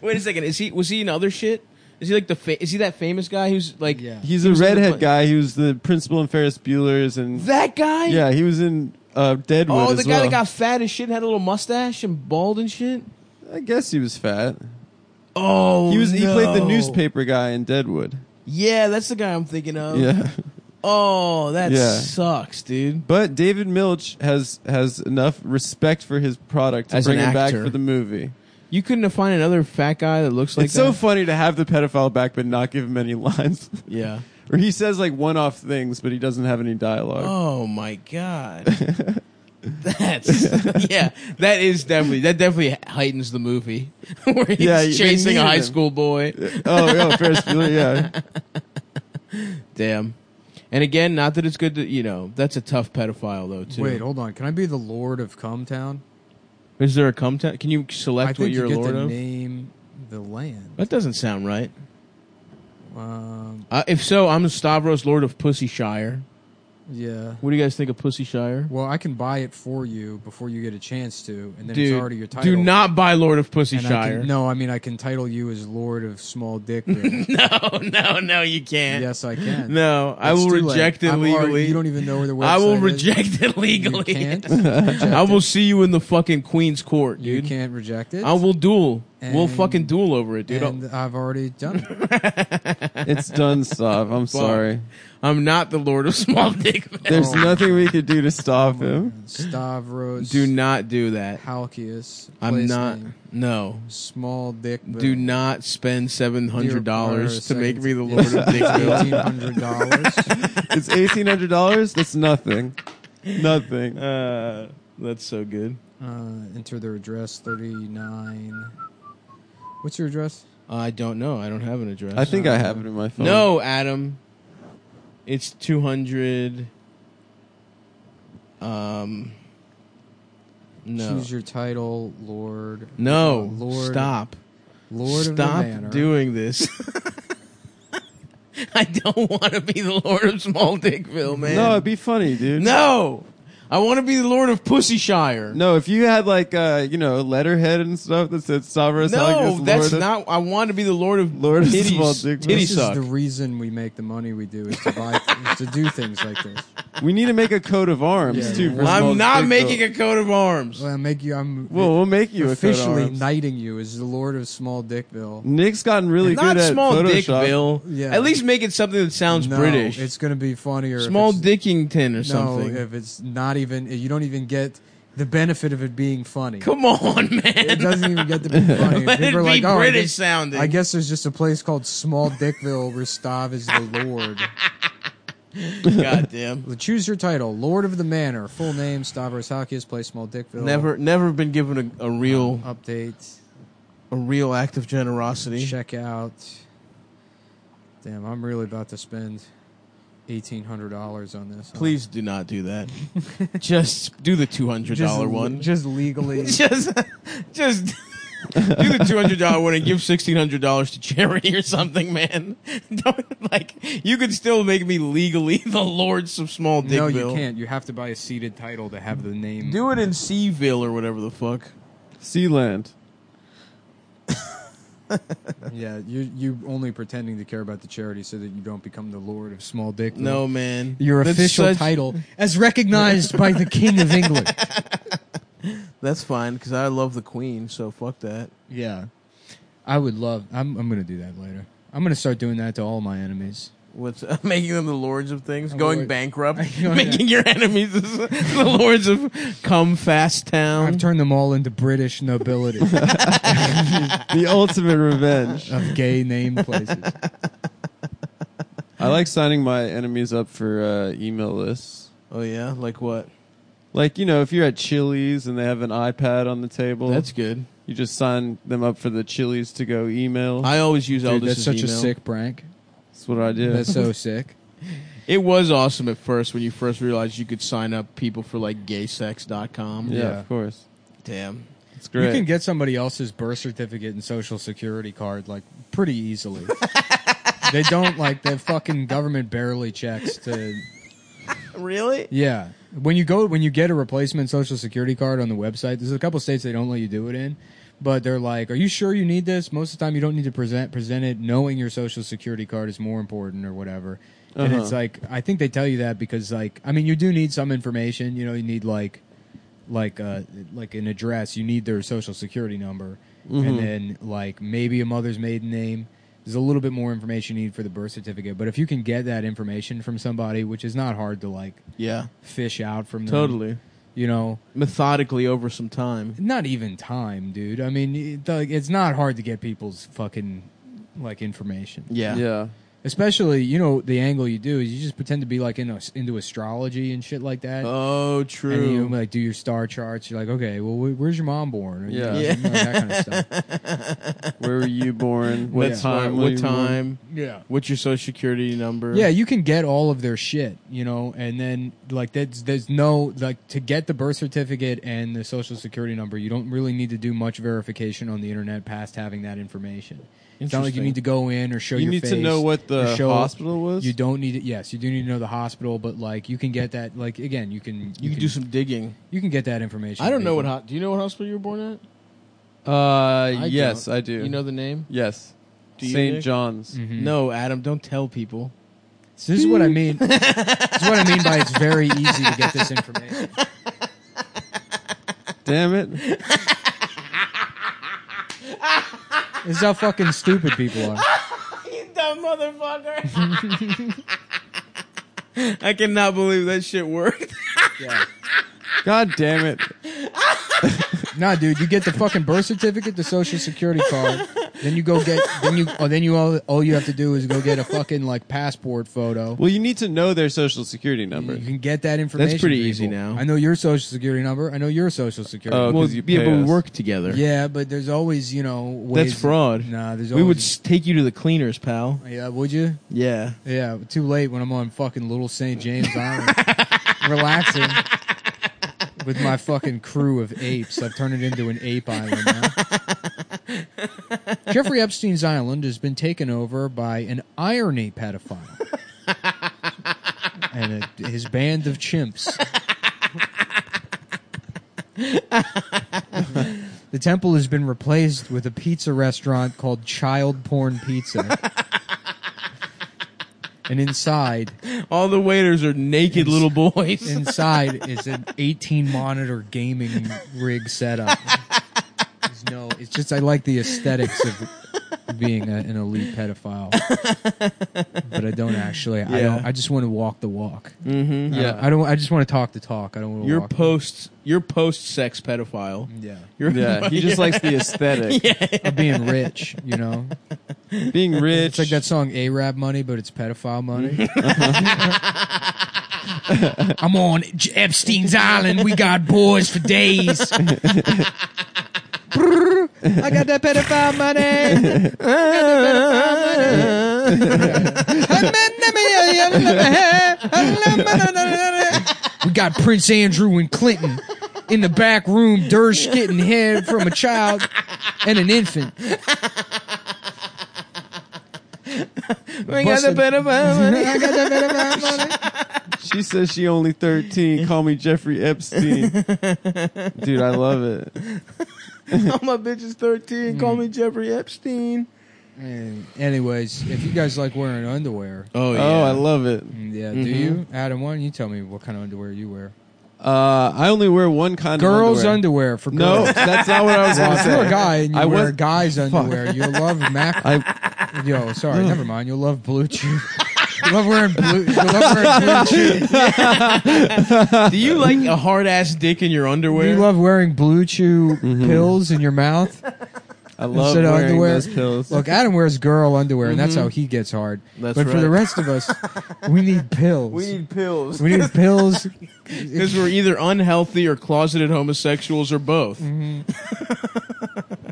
Wait a second. Is he was he in other shit? Is he like the fa- is he that famous guy who's like
Yeah.
he's
he
a
was in the
redhead
play-
guy. He was the principal in Ferris Bueller's, and
That guy?
yeah, he was in uh, Deadwood.
Oh, the
as
guy
well.
that got fat as shit and had a little mustache and bald and shit.
I guess he was fat.
Oh,
He was. He played the
no.
newspaper guy in Deadwood.
Yeah, that's the guy I'm thinking of.
Yeah.
Oh, that
Yeah.
sucks, dude.
But David Milch has has enough respect for his product to
As
bring
an
him back
actor.
for the movie.
You couldn't have found another fat guy that looks like
it's so
that?
funny to have the pedophile back but not give him any lines.
yeah.
or he says like one off things but he doesn't have any dialogue.
Oh my god. That's yeah. That is definitely that definitely heightens the movie where he's
Yeah, they
chasing a
needed
high
him.
school boy.
Oh, oh, Ferris Bueller, yeah.
Damn. And again, not that it's good to you know. That's a tough pedophile though too.
Wait, oh. hold on. Can I be the Lord of Cumtown?
is there a cum? ta- Can you
I
select
think
what you're
you
a
get
lord
to
of?
name the land.
That doesn't sound right.
Um,
Uh, if so, I'm Stavros, Lord of Pussyshire.
yeah.
What do you guys think of Pussyshire?
Well, I can buy it for you before you get a chance to, and then
Dude,
it's already your title.
do not buy Lord of Pussyshire.
And I can- no, I mean I can title you as Lord of Small Dick. Ring.
no, no, no, you can't.
yes, I can.
No, I
It's
will
too late.
reject it
I'm already-
legally.
you don't even know where the website
I will
is.
reject it
You
legally.
can't. reject
I will
it.
see you in the fucking Queen's Court,
You
dude.
can't reject it.
I will duel. we'll
And-
fucking duel over it, dude.
And I've already done it.
It's done, Stav. I'm sorry.
I'm not the Lord of Small Dick. Man.
There's nothing we could do to stop him.
Stavros.
Do not do that.
Halkias.
I'm
place
not.
name,
No.
Small Dick.
Do not spend seven hundred dollars to make me the Lord of
Eighteen
Dickville.
hundred dollars.
It's eighteen hundred dollars. That's nothing. Nothing.
uh, that's so good.
Uh, enter their address. Thirty-nine. What's your address?
I don't know. I don't have an address.
I think I have it in my phone.
No, Adam. It's 200. Um. No.
Choose your title, Lord.
no.
Lord.
Stop.
Lord of the
Stop
Manor.
doing this. I don't want to be the Lord of Small Dickville, man.
No, it'd be funny, dude.
No! I want to be the Lord of Pussyshire.
No, if you had like uh, you know, letterhead and stuff that said Sovereign
No, that's
Lord of-
not. I want to be the Lord of
Lord of
titties,
Small Dick-
titty
this is
suck.
the reason we make the money we do is to buy is to do things like this.
We need to make a coat of arms
Yeah.
too. for small
I'm not
dick
making
though.
a coat of arms.
Well, I make you. I'm
Well, we'll make you a coat of
officially
arms.
knighting you as the Lord of Small Dickville.
Nick's gotten really
Not
good at
small
Photoshop.
Dickville.
Yeah.
At least make it something that sounds
no,
British.
It's going to be funnier.
small
if it's,
Dickington or
No,
something.
if it's not even, you don't even get the benefit of it being funny.
Come on, man.
It doesn't even get to be funny.
Let it
People are
be
like, oh, I
British
guess,
sounding.
I guess there's just a place called Small Dickville where Stav is the Lord.
Goddamn.
Choose your title, Lord of the Manor, full name Stavros Halkias, play Small Dickville.
Never, never been given a, a real,
update.
a real act of generosity.
Check out. Damn, I'm really about to spend eighteen hundred dollars on this. huh?
Please do not do that. just do the two hundred
just,
dollar one.
Just legally.
Just, just do the two hundred dollar one and give sixteen hundred dollars to charity or something, man. Don't like you could still make me legally the lords of small dickville.
no, you can't. You have to buy a seated title to have the name.
Do it in Seaville or whatever the fuck.
Sealand.
Yeah, you you only pretending to care about the charity so that you don't become the Lord of Small Dick.
No, man.
Your
That's
official
such-
title, as recognized by the King of England.
That's fine because I love the Queen, so fuck that.
Yeah. I would love. I'm, I'm going to do that later. I'm going to start doing that to all my enemies.
What's making them the lords of things, going
lord.
bankrupt,
know,
making your enemies the, the lords of come fast town.
I've turned them all into British nobility of
The ultimate revenge.
gay name places.
I like signing my enemies up for uh, email lists.
oh yeah, like what?
Like, you know, if you're at Chili's and they have an iPad on the table,
That's good.
you just sign them up for the Chili's to go email.
I always use
Dude,
Eldest's
that's such a
email.
sick prank.
That's what I do.
That's so sick.
It was awesome at first when you first realized you could sign up people for like gaysex.com.
yeah,
yeah.
of course.
Damn.
It's great.
You can get somebody else's birth certificate and social security card like pretty easily. they don't like the fucking government barely checks to
Really?
Yeah. When you go when you get a replacement social security card on the website, there's a couple states they don't let you do it in, but they're like, "Are you sure you need this?" Most of the time you don't need to present present it knowing your social security card is more important or whatever. And it's like I think they tell you that because like I mean, you do need some information, you know, you need like like uh like an address, you need their social security number and then like maybe a mother's maiden name. There's a little bit more information you need for the birth certificate, but if you can get that information from somebody, which is not hard to like
Yeah,
fish out from them,
totally.
you know,
Methodically over some time.
not even time, dude. I mean, it, like, it's not hard to get people's fucking like information.
Yeah.
yeah.
Especially, you know, the angle you do is you just pretend to be like into, into astrology and shit like that.
Oh, true.
And you like do your star charts. You're like, okay, well, wh- where's your mom born? Or, you
Yeah.
know,
Yeah.
something like that kind of stuff.
Where were you born?
what
What
time?
time? were
What
you born?
time?
yeah.
What's your social security number?
Yeah, you can get all of their shit, you know, and then like that's there's no like to get the birth certificate and the social security number, you don't really need to do much verification on the internet past having that information. It's not like you
Interesting.
need to go in or show
You
your
need to
face
know what the
or show-
hospital was?
You don't need it. Yes, you do need to know the hospital, but like you can get that. Like again, you can
You can do some digging.
you can get that information.
I don't know what.
legally.
ho- Do you know what hospital you were born at?
Uh, yes,
don't.
I do.
You know the name?
yes,
Do you,
St.
Nick? Mm.
John's.
No, Adam. Don't tell people.
So this is what I mean. this is what I mean by it's very easy to get this information.
Damn it!
This is how fucking stupid people are.
You dumb motherfucker. I cannot believe that shit worked.
God damn it!
Nah, dude, you get the fucking birth certificate, the social security card, then you go get, then you, oh, then you all, all you have to do is go get a fucking like passport photo.
Well, you need to know their social security number.
You can get that information.
pretty
people.
easy now.
I know your social security number. I know your social security.
Oh,
number.
Well, 'cause you yeah, pay but we us. work
together.
yeah, but there's always you know ways
That's fraud.
Nah, there's
we
always,
would s- take you to the cleaners, pal.
yeah, would you?
Yeah.
Yeah, too late when I'm on fucking Little St. James Island, relaxing with my fucking crew of apes. I've turned it into an ape island now. Jeffrey Epstein's island has been taken over by an irony pedophile and a, his band of chimps. the temple has been replaced with a pizza restaurant called Child Porn Pizza. And inside,
All the waiters are naked little boys.
inside is an 18 monitor gaming rig setup. There's no, it's just I like the aesthetics of being a, an elite pedophile, but I don't actually. I
Yeah.
don't. I just want to walk the walk.
mm-hmm.
I don't- I don't. I just want to talk the talk. I don't want to.
You're
walk the-
post. You're post sex pedophile.
yeah,
You're
Yeah, he just likes the aesthetic.
of being rich. You know,
Being rich.
it's like that song "Arab Money," but it's pedophile money.
I'm on J- Epstein's Island. We got boys for days.
I got that pedophile money. I got that pedophile money.
We got Prince Andrew and Clinton in the back room, Dersh getting head from a child and an infant.
We got the pedophile.
She says she only 13. Call me Jeffrey Epstein. Dude, I love it.
Oh, my bitch is thirteen. Call me Jeffrey Epstein.
And anyways, if you guys like wearing underwear,
Oh
Oh, I love it.
yeah, do you, Adam? Why don't you tell me what kind of underwear you wear?
Uh, I only wear one kind
Girls'
of underwear.
underwear, for
No,
girls.
that's not what I was going to
if you're a
say.
guy and you
I
wear
was-
guys' underwear, you'll love Mac.
I,
Yo, sorry, never mind. You'll love Blue Chew. you love wearing blue. You love wearing Blue Chew.
Do you like a hard ass dick in your underwear?
You love wearing Blue Chew pills in your mouth.
I love
Instead of
wearing
underwear.
those pills.
Look, Adam wears girl underwear, and that's how he gets hard.
That's
but for
right.
the rest of us, we need pills. We
need pills.
we need pills.
Because we're either unhealthy or closeted homosexuals or both.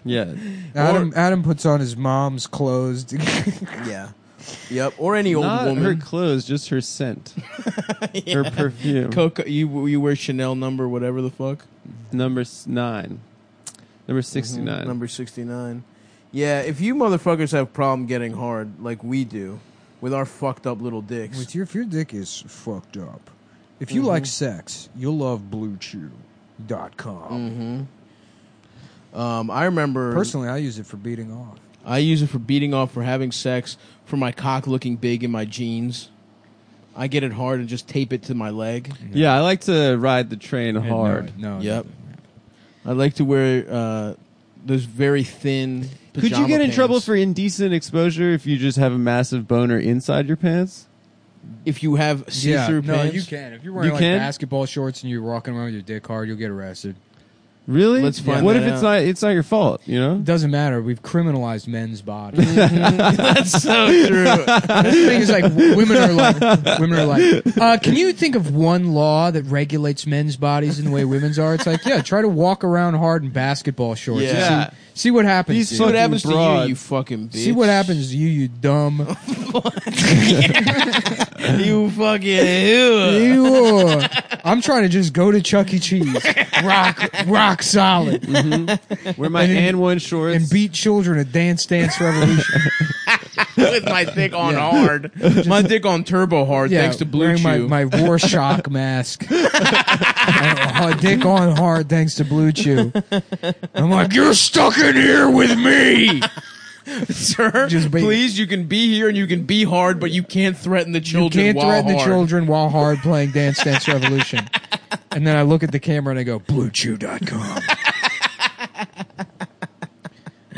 Yeah.
Adam Adam puts on his mom's clothes. to-
Yeah. Yep. Or any old
Not her
woman.
clothes, just her scent. Her perfume.
Coca, you you wear Chanel number whatever the fuck.
Number s- 9. Number 69.
Number sixty nine. Yeah. If you motherfuckers have problem getting hard like we do, with our fucked up little dicks.
With your, if your dick is fucked up, if you like sex, you'll love BlueChew.com.
um, I remember
Personally, I use it for beating off.
I use it for beating off, for having sex, for my cock looking big in my jeans. I get it hard and just tape it to my leg.
yeah, I
Oh,
like to ride the train hard.
No, no,
Yep. I like to wear uh, those very thin.
Could you
pajama
get in
pants.
trouble for indecent exposure if you just have a massive boner inside your pants?
if you have see-through
no,
pants?
you can. If you're wearing
You
like
can?
basketball shorts and you're walking around with your dick hard, you'll get arrested.
Really?
Let's find
what
that
if it's
out.
not? It's not your fault. You know.
It doesn't matter. We've criminalized men's bodies. the
So true.
thing is, like, women are like, women are like, uh, can you think of one law that regulates men's bodies in the way women's are? It's like, yeah, try to walk around hard in basketball shorts. and
Yeah.
See, see what happens.
These
dude.
See what
Fucking
happens to
broad.
you, you fucking bitch.
See what happens to you, you dumb.
you fucking.
Ew. I'm trying to just go to Chuck E. Cheese, rock, rock solid,
Mm-hmm.
Wear my
And-
and one shorts.
and beat children at Dance Dance Revolution.
with my dick on hard. My dick on turbo hard, thanks to Blue
wearing
Chew.
my, my Warshock mask. My dick on hard thanks to Blue Chew. I'm like, you're stuck in here with me.
Sir,
Just be-
please, you can be here and you can be hard, but you can't threaten the children.
Can't
while
threaten the
hard.
children while hard playing Dance Dance Revolution. And then I look at the camera and I go, BlueChew.com.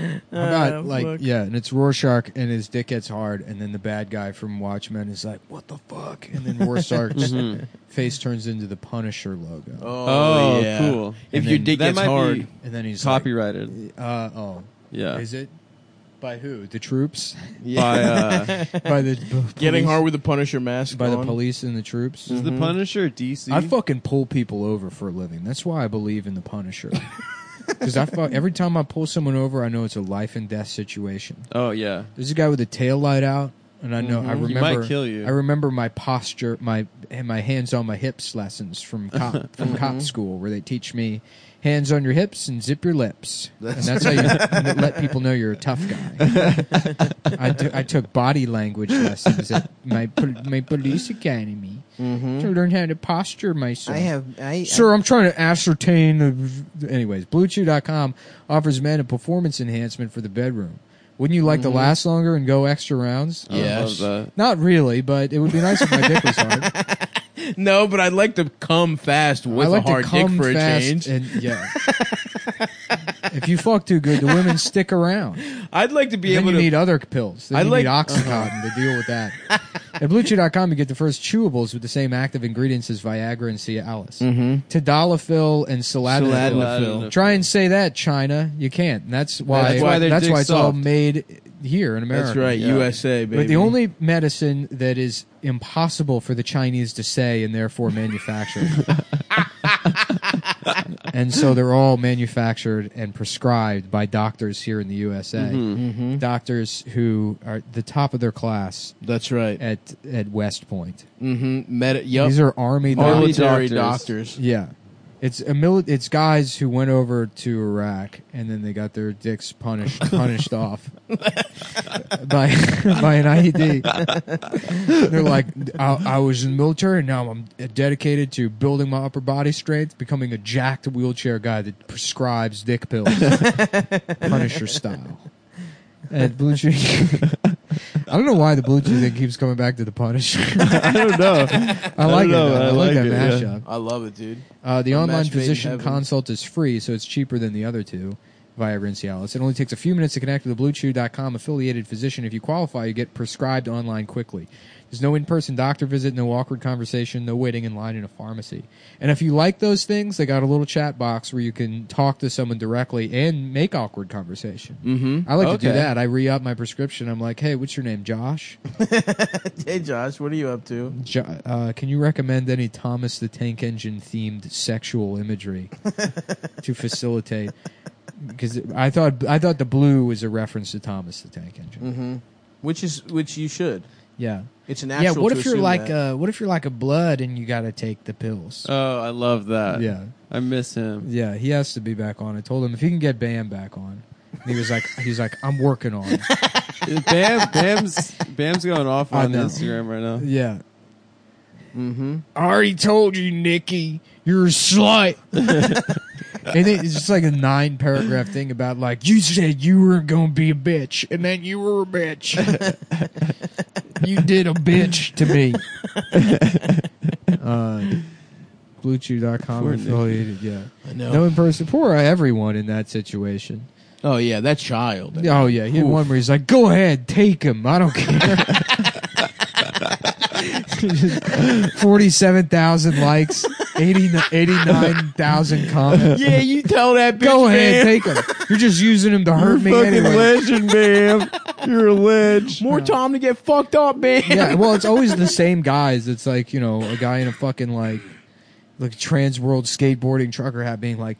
How about
Oh,
like yeah, and it's Rorschach and his dick gets hard, and then the bad guy from Watchmen is like, "What the fuck?" And then Rorschach's face turns into the Punisher logo,
Mm-hmm. oh,
yeah.
cool.
If
And
your
then-
dick
That
gets
might be-
hard,
and then he's like,
Copyrighted.
Uh, oh,
Yeah.
is it by who? The troops?
By, uh,
by the b-
getting
police-
hard with the Punisher mask
by the
on.
police and the troops.
is the Punisher DC?
I fucking pull people over for a living. That's why I believe in the Punisher. Because I fuck, every time I pull someone over, I know it's a life and death situation.
oh yeah.
There's a guy with a tail light out, and I know I
Mm-hmm. He
remember.
might kill you.
I remember my posture, my and my hands on my hips lessons from cop from
Mm-hmm.
cop school, where they teach me hands on your hips and zip your lips, and that's how you let people know you're a tough guy. I took- I took body language lessons at my pol- my police academy
Mm-hmm.
to learn how to posture myself.
I,
Sir, I'm trying to ascertain. The, anyways, BlueChew.com offers men a performance enhancement for the bedroom. Wouldn't you like to
Mm-hmm.
last longer and go extra rounds? Uh,
I
Yes.
love that.
Not really, but it would be nice if my dick was hard.
No, but I'd like to come fast with
I like
a hard
to
dick
come
for
fast
a change.
and yeah. if you fuck too good, the women stick around.
I'd like to be
then
able
you
to.
need other pills. Then
I
you
like-
need Oxycontin to deal with that. At BlueChew.com, you get the first chewables with the same active ingredients as Viagra and Cialis. Mm-hmm. Tadalafil and Seladinafil.
Seladinafil.
Try and say that, China. You can't. And That's why.
That's why their
that's why
dick's
it's all
soft.
made here in America.
that's right,
Yeah.
USA, baby.
But the only medicine that is impossible for the Chinese to say and therefore manufacture. and so they're all manufactured and prescribed by doctors here in the USA. Mm-hmm. Doctors who are the top of their class
that's right.
at at West Point.
Mm-hmm. Meta. Yep.
These are army
Army
doctors.
military
doctors.
doctors.
Yeah. It's a mili- it's guys who went over to Iraq and then they got their dicks punished punished off by by an IED. They're like, I, I was in the military and now I'm dedicated to building my upper body strength, becoming a jacked wheelchair guy that prescribes dick pills, Punisher style. At Blue Chew, I don't know why the Blue Chew thing keeps coming back to the Punisher.
I don't know.
I like it.
know,
though.
I
I, like,
like
that
it, yeah.
mashup.
I love it, dude.
Uh, the
A
online
match made in
physician
heaven.
consult is free, so it's cheaper than the other two via Rincialis. It only takes a few minutes to connect with a BlueChew.com affiliated physician. If you qualify, you get prescribed online quickly. There's no in-person doctor visit, no awkward conversation, no waiting in line in a pharmacy. And if you like those things, they got a little chat box where you can talk to someone directly and make awkward conversation. Mm-hmm. I like to do
Okay.
that. I re-up my prescription. I'm like, hey, what's your name, Josh?
Hey, Josh, what are you up to?
Jo- uh, can you recommend any Thomas the Tank Engine themed sexual imagery to facilitate? Because I thought I thought the blue was a reference to Thomas the Tank Engine.
Mm-hmm. Which is which you should.
Yeah,
It's an
yeah.
natural.
What
to
if you're
assume
like
that.
uh, what if you're like a blood and you got to take the pills?
Oh, I love that.
yeah,
I miss him.
yeah. He has to be back on. I told him if he can get Bam back on, And he was like he was like I'm working on. it.
Bam, Bam's, Bam's going off
I
on
know.
Instagram right now.
Yeah. Mm-hmm.
Mm-hmm.
I already told you, Nikki, you're a slut. and then it's just like a nine paragraph thing about like you said you were gonna be a bitch, and then you were a bitch. you did a bitch to me. uh, BlueChew.com
Poor Nikki.
affiliated, yeah.
I know.
No in person. Poor everyone in that situation.
Oh yeah, that child.
Oh yeah, he had one where he's like, "Go ahead, take him. I don't care." Forty-seven thousand likes, 80 89,000 comments.
Yeah, you tell that bitch.
Go
man.
ahead, take him. You're just using him to hurt me
Fucking
anyway.
legend, man. You're a ledge.
More time to get fucked up, man.
yeah, well, it's always the same guys. It's like you know, a guy in a fucking like, like trans world skateboarding trucker hat being like,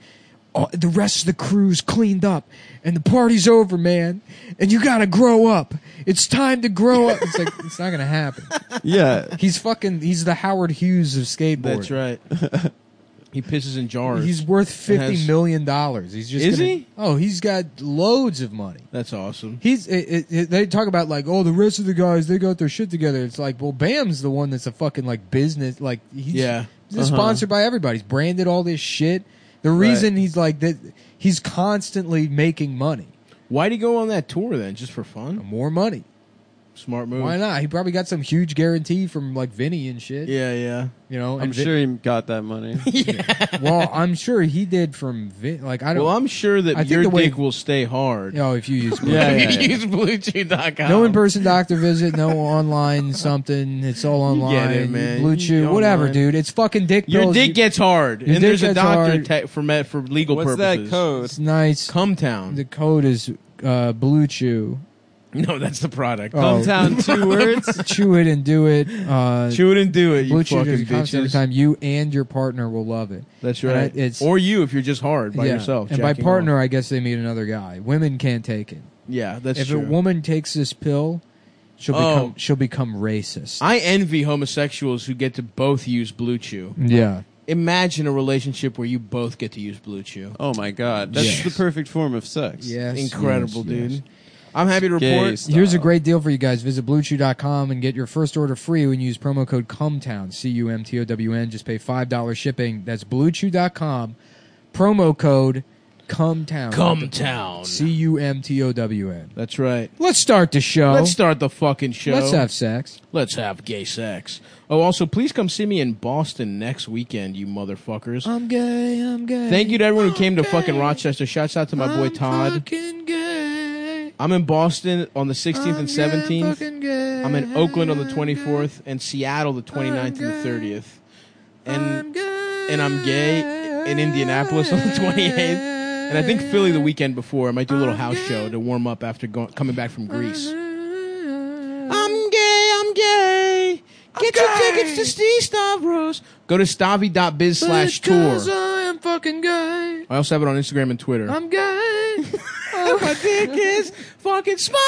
oh, the rest of the crew's cleaned up and the party's over, man, and you gotta grow up. It's time to grow up. It's like it's not gonna happen.
Yeah.
He's fucking. He's the Howard Hughes of skateboarding.
That's right. he pisses in jars.
He's worth
And
fifty
has-
million dollars. He's just
Is
gonna-
he?
Oh, he's got loads of money.
That's awesome.
He's it, it, it- they talk about like oh the rest of the guys they got their shit together. It's like well Bam's the one that's a fucking like business like he's,
Yeah. Uh-huh.
he's sponsored by everybody. He's branded all this shit. The reason he's like that he's constantly making money,
Why'd he go on that tour then? Just for fun?
more money.
Smart move.
Um, Why not? He probably got some huge guarantee from like Vinny and shit.
Yeah, yeah.
you know.
I'm
and Vi-
sure he got that money.
well, I'm sure he did from Vin. Like I don't.
Well, I'm sure that
I think
your
the way-
dick will stay hard.
oh, if you use
Yeah, yeah, yeah.
Use BlueChew.com.
No in person doctor visit, no online something. It's all online.
get it, man.
Blue
You
Chew,
get
whatever,
online.
dude. It's fucking dick
Your
pills.
dick
You-
gets hard,
Your
and there's
dick
a
gets
doctor
hard.
te- for met for legal
What's
purposes.
that code?
It's nice.
Cumtown.
The code is uh, Blue Chew.
no, that's the product.
Oh.
Hometown, two words.
Chew it and do it. Uh,
Chew it and do it, you
Blue Chew
fucking
just comes every
bitches.
time. You and your partner will love it.
That's
And I-
right.
it's-
or you if you're just hard by
Yeah.
yourself.
And by
jacking
partner,
off.
I guess they mean another guy. Women can't take it.
yeah, that's
if
true.
a woman takes this pill, she'll
Oh.
become she'll become racist.
I envy homosexuals who get to both use Blue Chew.
yeah.
Imagine a relationship where you both get to use Blue Chew.
Oh my god,
Yes.
that's the perfect form of sex.
Yes.
Incredible,
yes, yes.
dude. I'm happy to
Gay
report.
style.
Here's a great deal for you guys. Visit bluechew.com and get your first order free when you use promo code CUMTOWN, C U M T O W N. Just pay $5 shipping. That's bluechew.com, promo code CUMTOWN.
Come town.
C U M T O W N.
That's right.
Let's start the show.
Let's start the fucking show.
Let's have sex.
Let's have gay sex. Oh, also, please come see me in Boston next weekend, you motherfuckers.
I'm gay, I'm gay.
Thank you to everyone who came to fucking Rochester. Shouts out to my boy Todd.
Fucking gay.
I'm in Boston on the 16th and 17th.
gay.
I'm in Oakland on the 24th and Seattle the 29th and the 30th. And and I'm gay in Indianapolis on the 28th. And I think Philly the weekend before. I might do a little house show to warm up after going, coming back from Greece. I'm gay, I'm gay. Get your tickets to Steve Stavros. Go to stavi.biz slash tour.
Because I am fucking gay.
I also have it on Instagram and Twitter.
I'm gay.
And my dick is fucking small.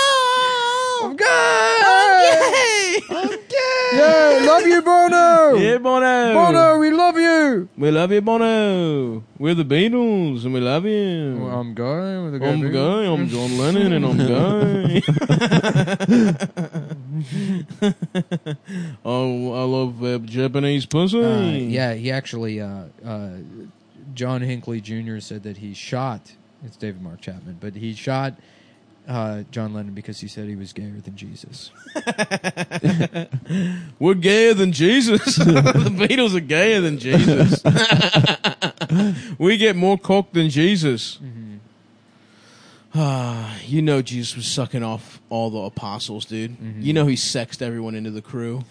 I'm gay. I'm gay.
Yay, love you, Bono.
Yeah, Bono.
Bono, we love you.
We love you, Bono. We're the Beatles, and we love you.
I'm gay with a gay
I'm
beard.
gay. I'm John Lennon, and I'm gay. oh, I love uh, Japanese pussy.
Uh, yeah, he actually, uh, uh, John Hinckley Jr. said that he shot, it's David Mark Chapman, but he shot uh, John Lennon because he said he was gayer than Jesus.
We're gayer than Jesus. the Beatles are gayer than Jesus. we get more cock than Jesus. Ah, you know Jesus was sucking off all the apostles, dude. You know he sexed everyone into the crew.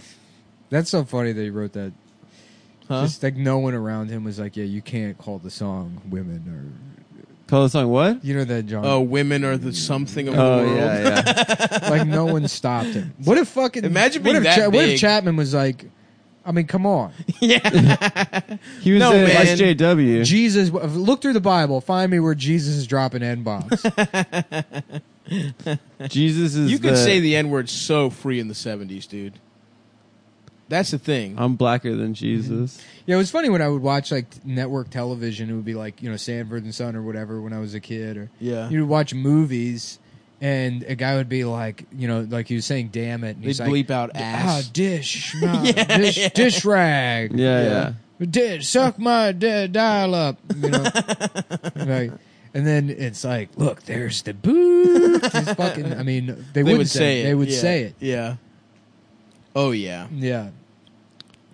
That's so funny that he wrote that.
Huh?
Just like no one around him was like, yeah, you can't call the song women
Call the song what?
or, you know, that John.
Oh, women are the something of the
Oh
world.
yeah, yeah.
like no one stopped him. What if fucking
Imagine
what
being
if,
that
what
big.
if Chapman was like, I mean, come on,
He was
No,
at
man.
SJW.
Jesus, look through the Bible, find me where Jesus is dropping n bombs.
Jesus is.
You could
the,
say the N word so free in the 70s, dude. That's the thing.
I'm blacker than Jesus.
yeah, it was funny when I would watch like network television. It would be like you know Sanford and Son or whatever when I was a kid, or
Yeah.
you would watch movies. And a guy would be like, you know, like he was saying, "Damn it!" And
They'd
he's like,
bleep out
"Ah,
ass.
dish, nah, dish, dish rag."
Yeah, yeah.
Did suck my dead dial up, you know. Like, and then it's like, look, there's the boo. It's fucking. I mean, they,
they
wouldn't
would say it.
They would
Yeah.
say it.
Yeah. Oh, yeah.
Yeah.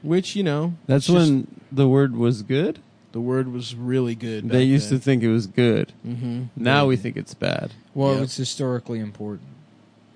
Which, you know,
That's
it's just-
when the word was good.
The word was really good.
They used to think it was good.
hmm
Now we think it's bad.
Well,
Yeah.
it's historically important.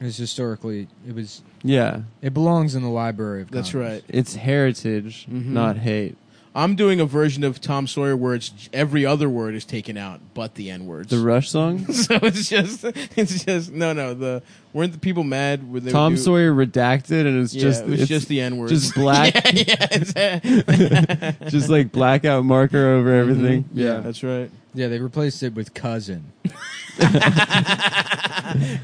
It's historically it was
Yeah,
it belongs in the Library of
That's
Congress.
right.
it's heritage,
Mm-hmm.
not hate.
I'm doing a version of Tom Sawyer where it's every other word is taken out, but the N words.
The Rush song,
so it's just, it's just no, no. The weren't the people mad when they would
Tom
do-
Sawyer redacted, and it's
Yeah,
just
it was
it's
just the N word.
just black,
yeah, it's-
just like blackout marker over
Mm-hmm.
everything. Yeah,
that's right.
Yeah, they replaced it with cousin.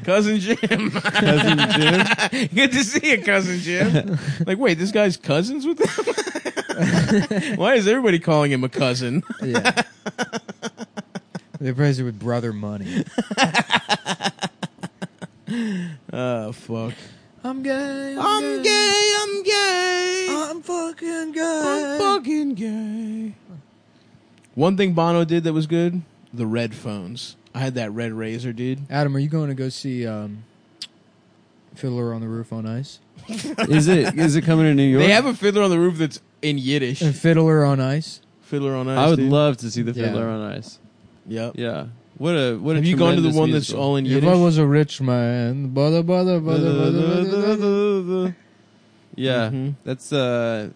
Cousin Jim,
Cousin Jim.
good to see you, cousin Jim. like, wait, this guy's cousins with him. Why is everybody calling him a cousin?
Yeah.
They praise it with brother money.
Oh fuck!
I'm gay. I'm,
I'm gay. I'm gay.
I'm fucking gay.
I'm fucking gay. One thing Bono did that was good: the red phones. I had that red razor, dude.
Adam, are you going to go see um, Fiddler on the Roof on Ice?
Is it is it coming to New York?
They have a fiddler on the roof that's in Yiddish.
And Fiddler on Ice?
Fiddler on ice.
I would
dude.
love to see the Fiddler
Yeah.
on Ice.
Yep.
Yeah, what a what a.
Have you gone to the
tremendous
one that's
musical.
all in
If I
Yiddish?
was a rich man, bada bada bada bada bada bada.
Yeah,
Mhm.
that's uh,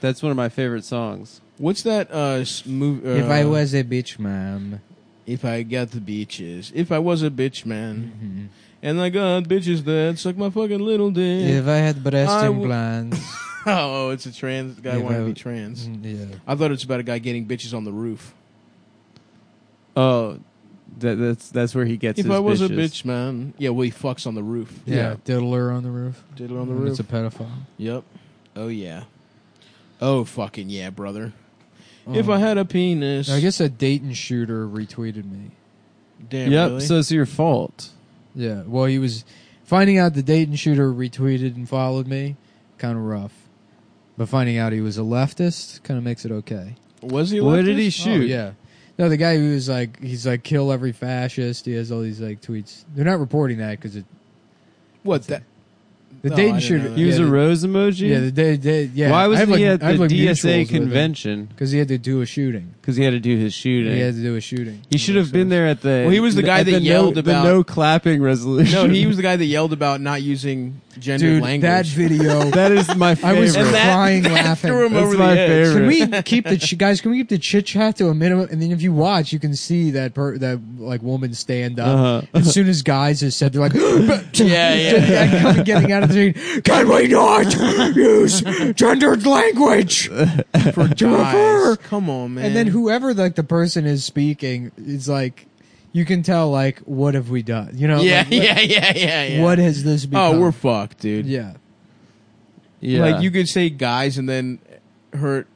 that's one of my favorite songs.
What's that uh, s- move? Uh,
If I was a bitch, man.
if I got the beaches, if I was a bitch man, and I got bitches that suck my fucking little dick.
Mm-hmm. If I had breast
I w-
implants.
Oh, it's a trans guy
If
wanting
I- Mm.
to be trans.
yeah.
I thought it's about a guy getting bitches on the roof.
Oh, that, that's that's where he gets.
If
his
I was a
bitches.
bitch man, yeah, well he fucks on the roof.
yeah, Diddler on the Roof.
Diddler on the
When
roof.
It's a pedophile.
Yep. Oh yeah. Oh fucking yeah, brother. If I had a penis,
Um, I guess a Dayton shooter retweeted me.
Damn.
Yep.
really?
So it's your fault.
Yeah, well, he was finding out the Dayton shooter retweeted and followed me. Kind of rough, but finding out he was a leftist kind of makes it okay.
was he?
What did he
leftist?
shoot?
Oh, yeah, no, the guy who was like, he's like, kill every fascist. He has all these like tweets. They're not reporting that because the
What that? No, I
Dayton
didn't
shooter.
know that.
He was
yeah,
a rose emoji.
The, yeah, the day, day, yeah.
Why was
I've
he
looked-
at the
I've looked
DSA
mutuals with him
convention?
Because he had to do a shooting.
Because he had to do his shooting.
He
He,
had to do a shooting.
should have been there at the.
Well, he was the guy
at
that
the no-
yelled
the
about-
no clapping resolution.
No, he was the guy that yelled about not using gender
Dude,
language.
that video.
that is my
I
favorite.
was
And that-
crying
that
laughing.
threw him
That's
over
my
the edge.
favorite.
Can we keep the ch- guys? Can we keep the chit chat to a minimum? And then if you watch, you can see that per- that like woman stand up.
Uh-huh.
As soon as guys are said, they're like,
Yeah, yeah, yeah.
Like, coming- getting out of the scene. Can we not use gendered language?
for
Jennifer!
guys. Come on, man.
And then whoever like the person is speaking is like, you can tell like, what have we done? You know,
Yeah,
like, what,
yeah, yeah, yeah, yeah.
what has this become?
Oh, we're fucked, dude.
yeah.
yeah.
Like you could say guys and then hurt,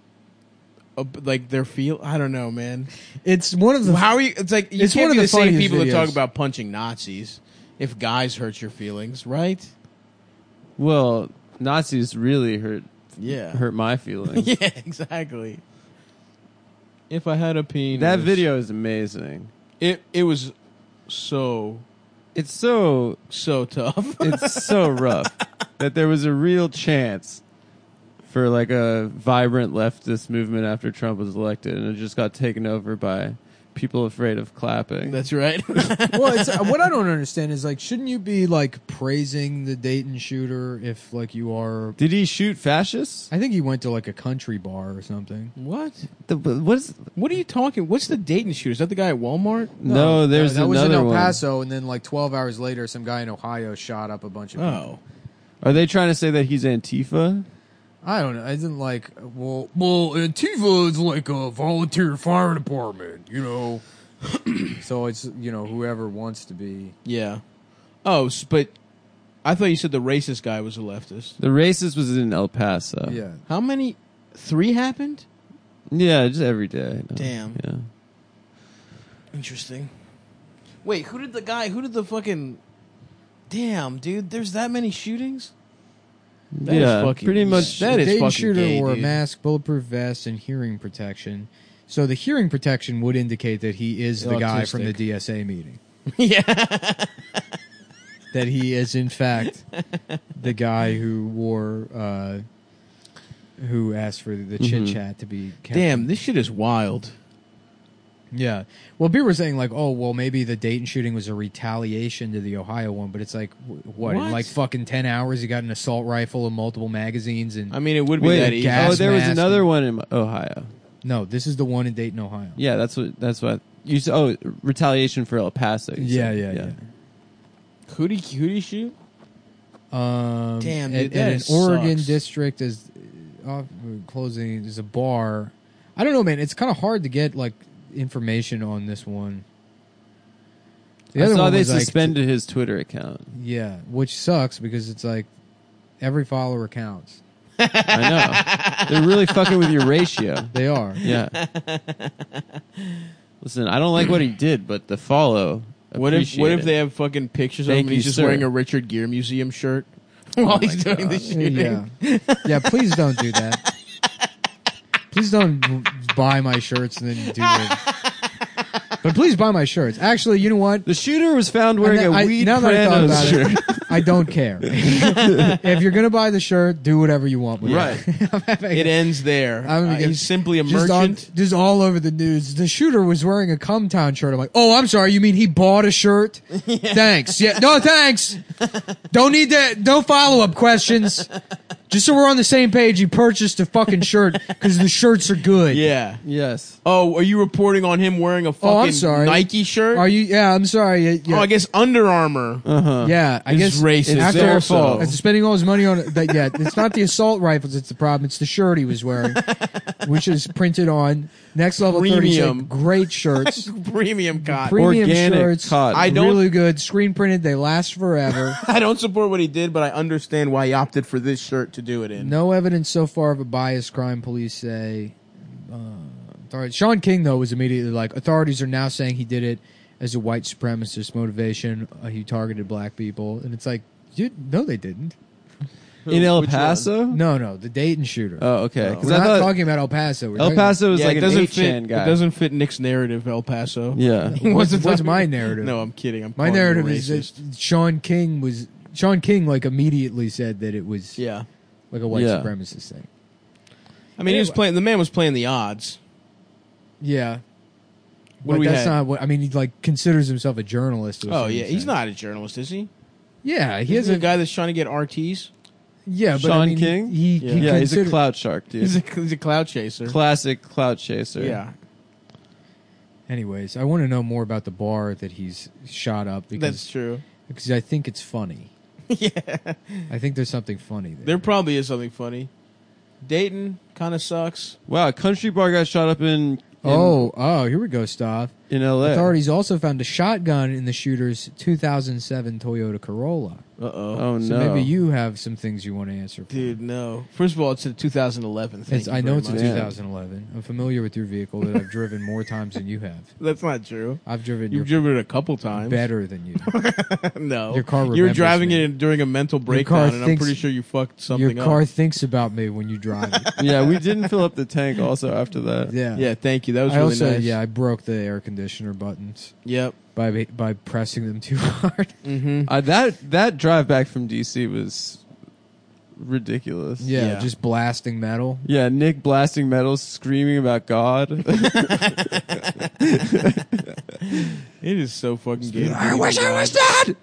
uh, like their feel. I don't know, man.
It's one of the
How are you? It's like you
It's
can't
one
be the,
of the
same
funniest
people that talk
videos.
about punching Nazis if guys hurt your feelings, right?
Well, Nazis really hurt
Yeah.
hurt my feelings.
yeah, exactly. If I had a penis,
That video is amazing.
it it was so
It's so
so tough.
it's so rough that there was a real chance for like a vibrant leftist movement after Trump was elected, and it just got taken over by people afraid of clapping.
That's right.
well, it's, uh, what I don't understand is like, shouldn't you be like praising the Dayton shooter if like you are?
Did he shoot fascists?
I think he went to like a country bar or something.
what?
The, what is?
What are you talking? What's the Dayton shooter? Is that the guy at Walmart?
No, there's
that was in
another
El
one.
Paso, and then like 12 hours later, some guy in Ohio shot up a bunch of people.
Oh,
Are they trying to say that he's Antifa?
I don't know. I didn't like. Well, well, Antifa is like a volunteer fire department, you know. so it's you know whoever wants to be.
yeah. Oh, s- but I thought you said the racist guy was a leftist.
The racist was in El Paso.
Yeah,
How many? Three happened.
yeah, just every day. I know.
Damn.
Yeah.
Interesting. Wait, who did the guy? Who did the fucking? Damn, dude. There's that many shootings. That is
yeah.
fucking-
pretty much.
that is
Dayton
fucking
shooter
gay,
wore
dude.
a mask, bulletproof vest, and hearing protection. So the hearing protection would indicate that he is the guy from the
Autistic.
DSA meeting.
yeah.
That he is in fact the guy who wore uh, who asked for the chit chat to be. kept.
Mm-hmm. Damn, this shit is wild.
Yeah. Well, people were saying like, oh, well, maybe the Dayton shooting was a retaliation to the Ohio one, but it's like, wh- what? In
What?
like fucking ten hours, you got an assault rifle and multiple magazines, and
I mean, it would be that easy.
gas
oh, there was
mask
another one in Ohio.
no, this is the one in Dayton, Ohio.
Yeah, that's what. That's what you. Said, oh, retaliation for El Paso. you
Yeah,
said.
yeah, yeah.
Who do who do you shoot?
Um,
Damn,
at,
dude,
at
that
an Oregon
sucks.
district is uh, off, closing. There's a bar. I don't know, man. It's kind of hard to get like information on this one. The
I
other
saw
one
they
was, like,
suspended his Twitter account.
yeah, which sucks because it's like every follower counts.
I know. They're really fucking with your ratio.
They are.
Yeah. Listen, I don't like what he did, but the follow.
What if what
appreciate
if
it.
they have fucking pictures of
Thank
him and he's
you,
just
sir.
wearing a Richard Gere Museum shirt while
my
he's doing the shooting?
Yeah. Yeah, please don't do that. Please don't b- buy my shirts and then do it. But please buy my shirts. Actually, you know what?
The shooter was found wearing
And
a
I-
weed
now that I thought
Pranos
about it,
shirt.
I don't care. if you're gonna buy the shirt, do whatever you want with
Right.
it. I'm having-
It ends there.
I'm gonna
Uh,
get-
he's simply a
just on-
merchant.
just all over the news. The shooter was wearing a Cumtown shirt. I'm like, oh, I'm sorry. You mean he bought a shirt? Thanks. Yeah. No, thanks. Don't need that. No follow up questions. Just so we're on the same page, you purchased a fucking shirt because the shirts are good.
yeah.
yes.
Oh, are you reporting on him wearing a fucking
Oh, I'm sorry.
Nike shirt?
Are you? Yeah, I'm sorry. Yeah, yeah.
Oh, I guess Under Armour.
Yeah, I
Oh, It's
guess
racist.
It's
It's their
their
fault.
fault. After spending all his money on it, that, yeah, it's not the assault rifles. It's the problem. It's the shirt he was wearing, which is printed on next level thirty.
Premium.
Great shirts,
Premium cotton.
premium
Organic
shirts.
cotton.
I don't-
really good. Screen printed. They last forever.
I don't support what he did, but I understand why he opted for this shirt to do it in.
no evidence so far of a bias crime. Police say. Uh, authority- Sean King though was immediately like, authorities are now saying he did it as a white supremacist motivation. Uh, he targeted black people, and it's like, you, no, they didn't.
In El
Which one?
Paso?
No, no, the Dayton shooter.
Oh, okay.
We're
Because I
not
thought
talking about El Paso. We're
El
talking
Paso was
Yeah,
like,
an
doesn't
8-chan
fit guy.
It doesn't fit Nick's narrative, El Paso.
Yeah.
He wasn't
What's- what's
talking-
my narrative?
No, I'm kidding. I'm
about- My
calling you
narrative
racist.
is that Sean King was Sean King like immediately said that it was
yeah.
like a white
Yeah.
supremacist thing.
I mean, he was playing. The man was playing the odds.
Yeah.
What do
but
we
that's
have?
not what I mean. He like considers himself a journalist. Or
Oh
something,
yeah,
so-
he's not a journalist, is he?
Yeah, he
He's
has
a
a
guy that's trying to get RTs.
yeah. But
Sean
I mean,
King?
He,
Yeah.
he
yeah, he's a
consider-
cloud shark, dude.
He's a, he's a cloud chaser.
Classic cloud chaser.
yeah,
Anyways, I want to know more about the bar that he's shot up
that's
because
true.
because I think it's funny. yeah, I think there's something funny there.
There probably is something funny. Dayton kind of sucks.
Wow, a country bar got shot up in in,
oh, oh, here we go, Stav.
in L.A.
Authorities also found a shotgun in the shooter's 2007 Toyota Corolla.
Uh oh,
Oh no.
So maybe you have some things you want to answer for.
dude, no. First of all, it's a 2011. Thank
It's-
you
I
very
know it's a
much.
Yeah.
2011. I'm familiar with your vehicle that I've driven more times than you have.
That's not true.
I've driven
You've
your
driven it a couple times.
better than you.
no,
Your car
You were
remembers
driving
me.
it during a mental
car
breakdown, and I'm
thinks-
pretty sure you fucked
Your
something
car
up.
thinks about me when you drive it.
yeah, we didn't fill up the tank. Also after that,
Yeah.
Yeah, thank you. That was
I
really
also
nice.
yeah I broke the air conditioner buttons
Yep.
by by pressing them too hard.
Mm-hmm.
Uh, that that drive back from D.C. was ridiculous.
Yeah,
Yeah.
just blasting metal.
Yeah, Nick blasting metal, screaming about God.
It is so fucking good.
dead. I wish I was dead.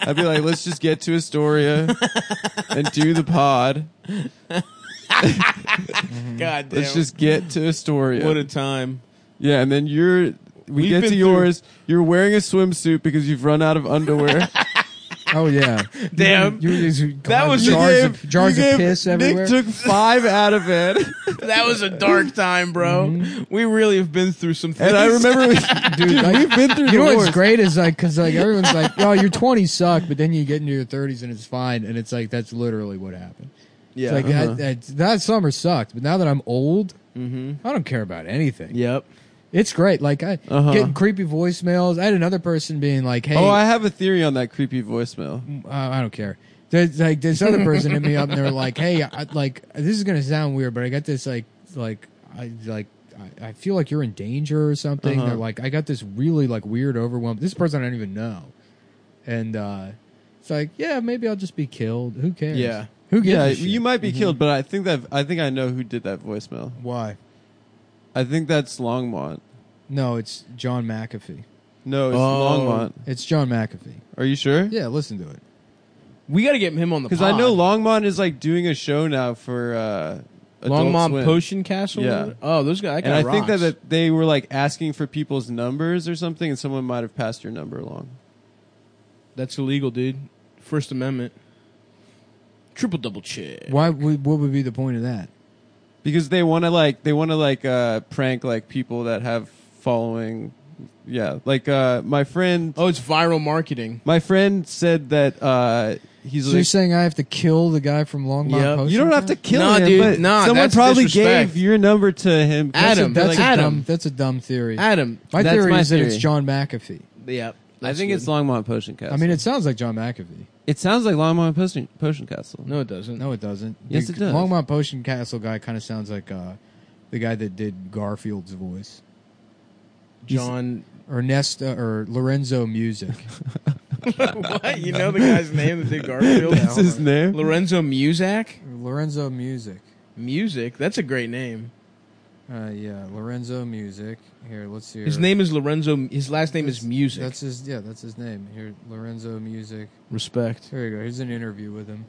I'd be like, let's just get to Astoria and do the pod.
God damn.
Let's just get to Astoria.
What a time.
yeah, and then you're. We
We've
get to
been
yours. You're wearing a swimsuit because you've run out of underwear.
Oh yeah,
Damn.
You were just
That was
You
jars
gave-
of, jars
you
of
gave-
piss everywhere.
Nick took five out of it,
That was a dark time, bro. We really have been through some things.
Mm-hmm. and I remember we, dude,
like-
we've been through.
You know
the
what's
wars.
great is like, cause like everyone's like, oh, your 20s suck, but then you get into your 30s and it's fine, and it's like that's literally what happened.
Yeah. uh-huh.
It's like
uh-huh.
that, that, that summer sucked, but now that I'm old,
Mm-hmm.
I don't care about anything.
yep.
It's great. Like I
Uh-huh.
getting creepy voicemails. I had another person being like, hey,
Oh, I
I,
have a theory on that creepy voicemail.
uh, I don't care. There's like this other person hit me up and they were like, hey, I, like this is gonna sound weird, but I got this like like I like. I- I feel like you're in danger or something.
Uh-huh.
They're like, I got this really like weird overwhelm. This person I don't even know. and uh, it's like, yeah, maybe I'll just be killed. Who cares?
Yeah.
Who gives
Yeah,
a shit? Mm-hmm.
you might be killed, but I think that I think I know who did that voicemail.
Why?
I think that's Longmont.
No, it's John McAfee.
No, it's
Oh.
Longmont.
It's John McAfee.
Are you sure?
Yeah, listen to it.
We got to get him on the
Because
because
I know Longmont is like doing a show now for uh, Adult
Longmont
Swim.
Potion Castle.
Yeah.
Oh, those guys. That guy
And I think that,
rocks.
that they were like asking for people's numbers or something, and someone might have passed your number along.
that's illegal, dude. First Amendment. Triple double check.
Why? would- What would be the point of that?
Because they want to like they want to like uh, prank like people that have following. Yeah, like uh, my friend.
Oh, it's viral marketing.
My friend said that uh, he's
So
like,
you're saying I have to kill the guy from Longmont
Yep.
Post?
You don't have to kill
Nah,
him,
dude,
but
nah,
someone
that's
probably
disrespect.
gave your number to him.
Adam,
That's a
Like Adam.
dumb. That's a dumb theory.
Adam.
my
That's
theory
my
is that it's
theory.
John McAfee.
Yeah.
I think it's Longmont Potion Castle.
I mean, it sounds like John McAfee.
it sounds like Longmont Potion, Potion Castle.
No, it doesn't.
No, it doesn't.
Yes,
the
it does.
Longmont Potion Castle guy kind of sounds like uh, the guy that did Garfield's voice,
John.
or Nesta, or Lorenzo Music.
what? You know the guy's name that did Garfield?
That's his name.
Lorenzo Muzak?
Lorenzo Music.
Music. That's a great name.
Uh, yeah, Lorenzo Music. Here, let's hear.
His name is Lorenzo. His last name is Music.
That's his. Yeah, that's his name. Here, Lorenzo Music.
respect.
Here we go. Here's an interview with him.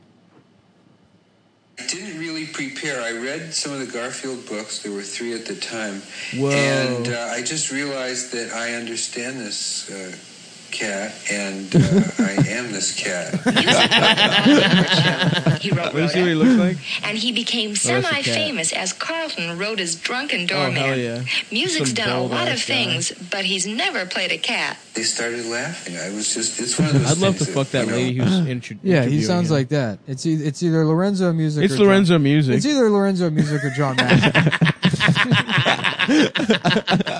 didn't really prepare. I read some of the Garfield books. There were three at the time.
Whoa.
And uh, I just realized that I understand this uh, cat, and uh, I am this cat.
He wrote
Let's see what Oh, he
Rhoda,
looks like.
and he became semi-famous as Carlton Rhoda's drunken
Oh, hell
doorman.
yeah.
Music's
Some
done a lot of
bold-ass guy.
things, but he's never played a cat.
They started laughing. I was just, it's one of those
I'd love to
things
fuck that
you know,
lady who's intro-
Yeah, he
interviewing
sounds
him.
like that. It's e- it's either Lorenzo Music.
It's
or John-
Lorenzo Music.
It's either Lorenzo Music or John Madden.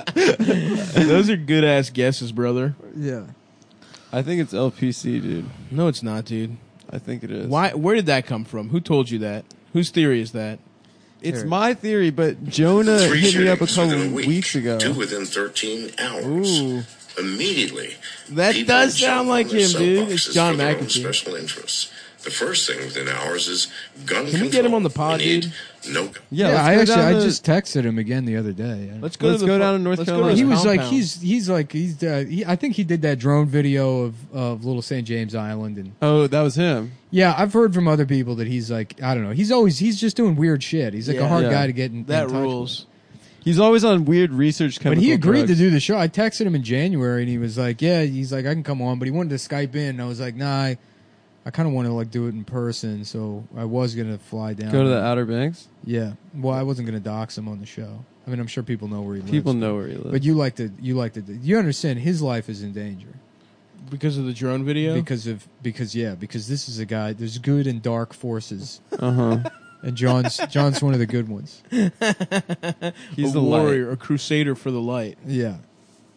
Those are good ass guesses, brother.
yeah.
I think it's LPC, dude.
No, it's not, dude.
I think it is.
Why? Where did that come from? Who told you that? Whose theory is that?
It's
Here.
my theory, but Jonah
Three
hit me up a
shootings
couple
within a week,
weeks ago.
Two within 13 hours.
Ooh,
Immediately.
that
people
does
jump
sound
on
like
their
him,
cell
dude. It's
boxes
John
for their own
McAfee.
Special interests. The first thing within hours is
Can
gun control.
we get him on the pod,
We need
dude?
No gun.
Yeah,
yeah,
let's
I
go
actually
down
I
to-
just texted him again the other day. and-
Let's go.
Let's
to the
go
fu-
down to North
let's go
Carolina.
his
he was like
compound.
he's he's like he's uh, he, I think he did that drone video of of Little St James Island and
Oh, that was him.
yeah I've heard from other people that he's like I don't know he's always he's just doing weird shit he's like
Yeah.
a hard
Yeah.
guy to get in, in
that
touch with.
rules.
He's always on weird research.
But
Chemical
he agreed to
drugs.
do the show. I texted him in January and he was like, "Yeah," he's like, "I can come on," but he wanted to Skype in. And I was like, "Nah, I, I kind of want to like do it in person." So I was gonna fly down.
Go to the Outer Banks.
Yeah. Well, I wasn't gonna dox him on the show. I mean, I'm sure people know where he
People
lives.
know where he lives.
But you like to you like to you understand his life is in danger
Because of the drone video.
because of because yeah because this is a guy there's good and dark forces
uh
Uh-huh.
huh.
and John's John's one of the good ones.
He's
a
the light.
warrior, a crusader for the light.
Yeah.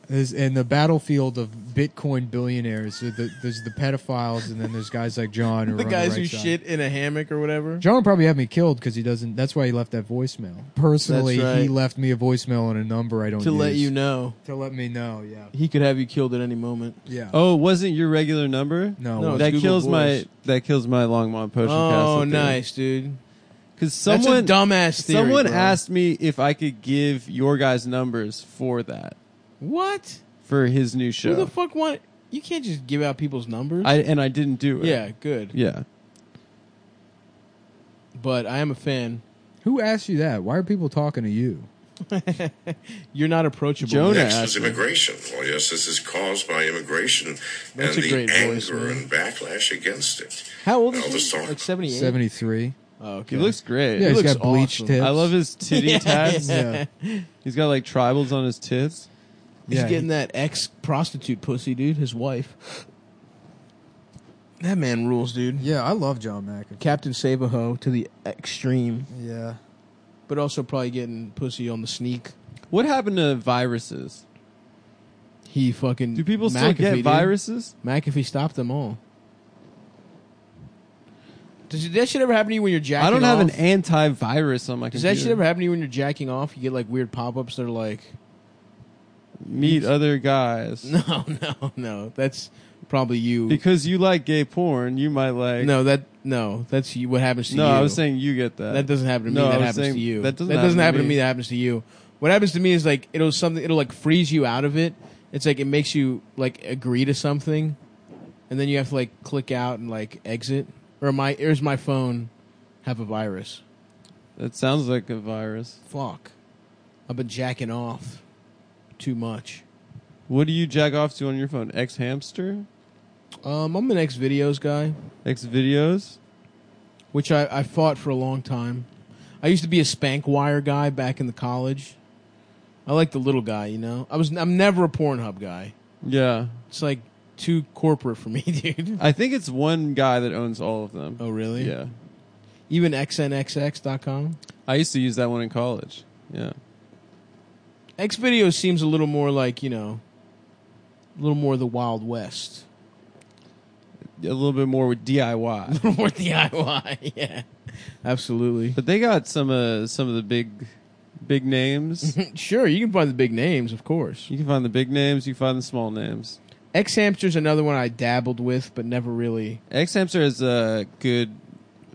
There's, and the battlefield of Bitcoin billionaires. so the, there's the pedophiles, and then there's guys like John. Who
The
are on
guys
right
who
side.
shit in a hammock or whatever.
John would probably have me killed because he doesn't. That's why he left that voicemail. Personally,
That's right.
he left me a voicemail on a number I don't
To let
use.
you know,
To let me know. Yeah.
he could have you killed at any moment.
Yeah.
Oh, it wasn't your regular number?
No,
No,
it
that
Google
kills
Voice.
my that kills my Longmont potion.
Oh, nice, dude.
Because
Someone,
someone
That's a dumbass theory.
someone
bro.
asked me if I could give your guys' numbers for that
"What?
for his new show.
Who the fuck want? You can't just give out people's numbers."
I and I didn't do it.
yeah, good.
yeah.
But I am a fan.
Who asked you that? Why are people talking to you?
You're not approachable.
Jonah
Next
asked
is
me.
immigration. Well, yes, this is caused by immigration
That's a
and the
great
anger
voice, man.
and backlash against it.
How old
Elvis
is he?
Storm.
Like 78?
Seventy three.
Oh, okay.
He looks great.
Yeah,
He
he's
looks
got bleached
awesome.
tips.
I love his titty tats.
Yeah.
He's got like tribals on his tits.
He's
yeah,
getting that ex prostitute pussy, dude. His wife. That man rules, dude.
Yeah, I love John McAfee.
Captain Save a Ho to the extreme,
Yeah.
but also probably getting pussy on the sneak.
What happened to viruses?
He fucking.
Do people still
McAfee,
get
dude.
viruses?
McAfee stopped them all. Does that shit ever happen to you when you're jacking
I don't have
off?
an antivirus on my
Does
computer.
that shit ever happen to you when you're jacking off? You get like weird pop ups that are like,
Meet other guys.
"Oh, no, no, no. That's probably you.
Because you like gay porn, you might like.
no, that no, that's you, what happens to
no,
you.
I was saying you get that.
that doesn't happen to me.
No, I
that
was
happens
saying
to you.
That doesn't,
happen to me. That happens to you. What happens to me is like it'll something. It'll like freeze you out of it. It's like it makes you like agree to something, and then you have to like click out and like exit. Or my here's my phone, have a virus.
That sounds like a virus.
Fuck, I've been jacking off too much.
What do you jack off to on your phone? X hamster,
Um, I'm an ex videos guy.
X videos.
which I, I fought for a long time. I used to be a spank wire guy back in the college. I like the little guy, you know. I was I'm never a Pornhub guy.
Yeah,
It's like too corporate for me, dude.
I think it's one guy that owns all of them.
Oh really?
Yeah,
Even xnxx.com.
I used to use that one in college. Yeah,
X video seems a little more like you know, a little more the Wild West,
a little bit more with DIY.
a little more DIY. yeah, absolutely.
But they got some uh, some of the big big names.
sure, you can find the big names, of course.
you can find the big names. You can find the small names.
X Hamster's another one I dabbled with, but never really
X Hamster has uh, good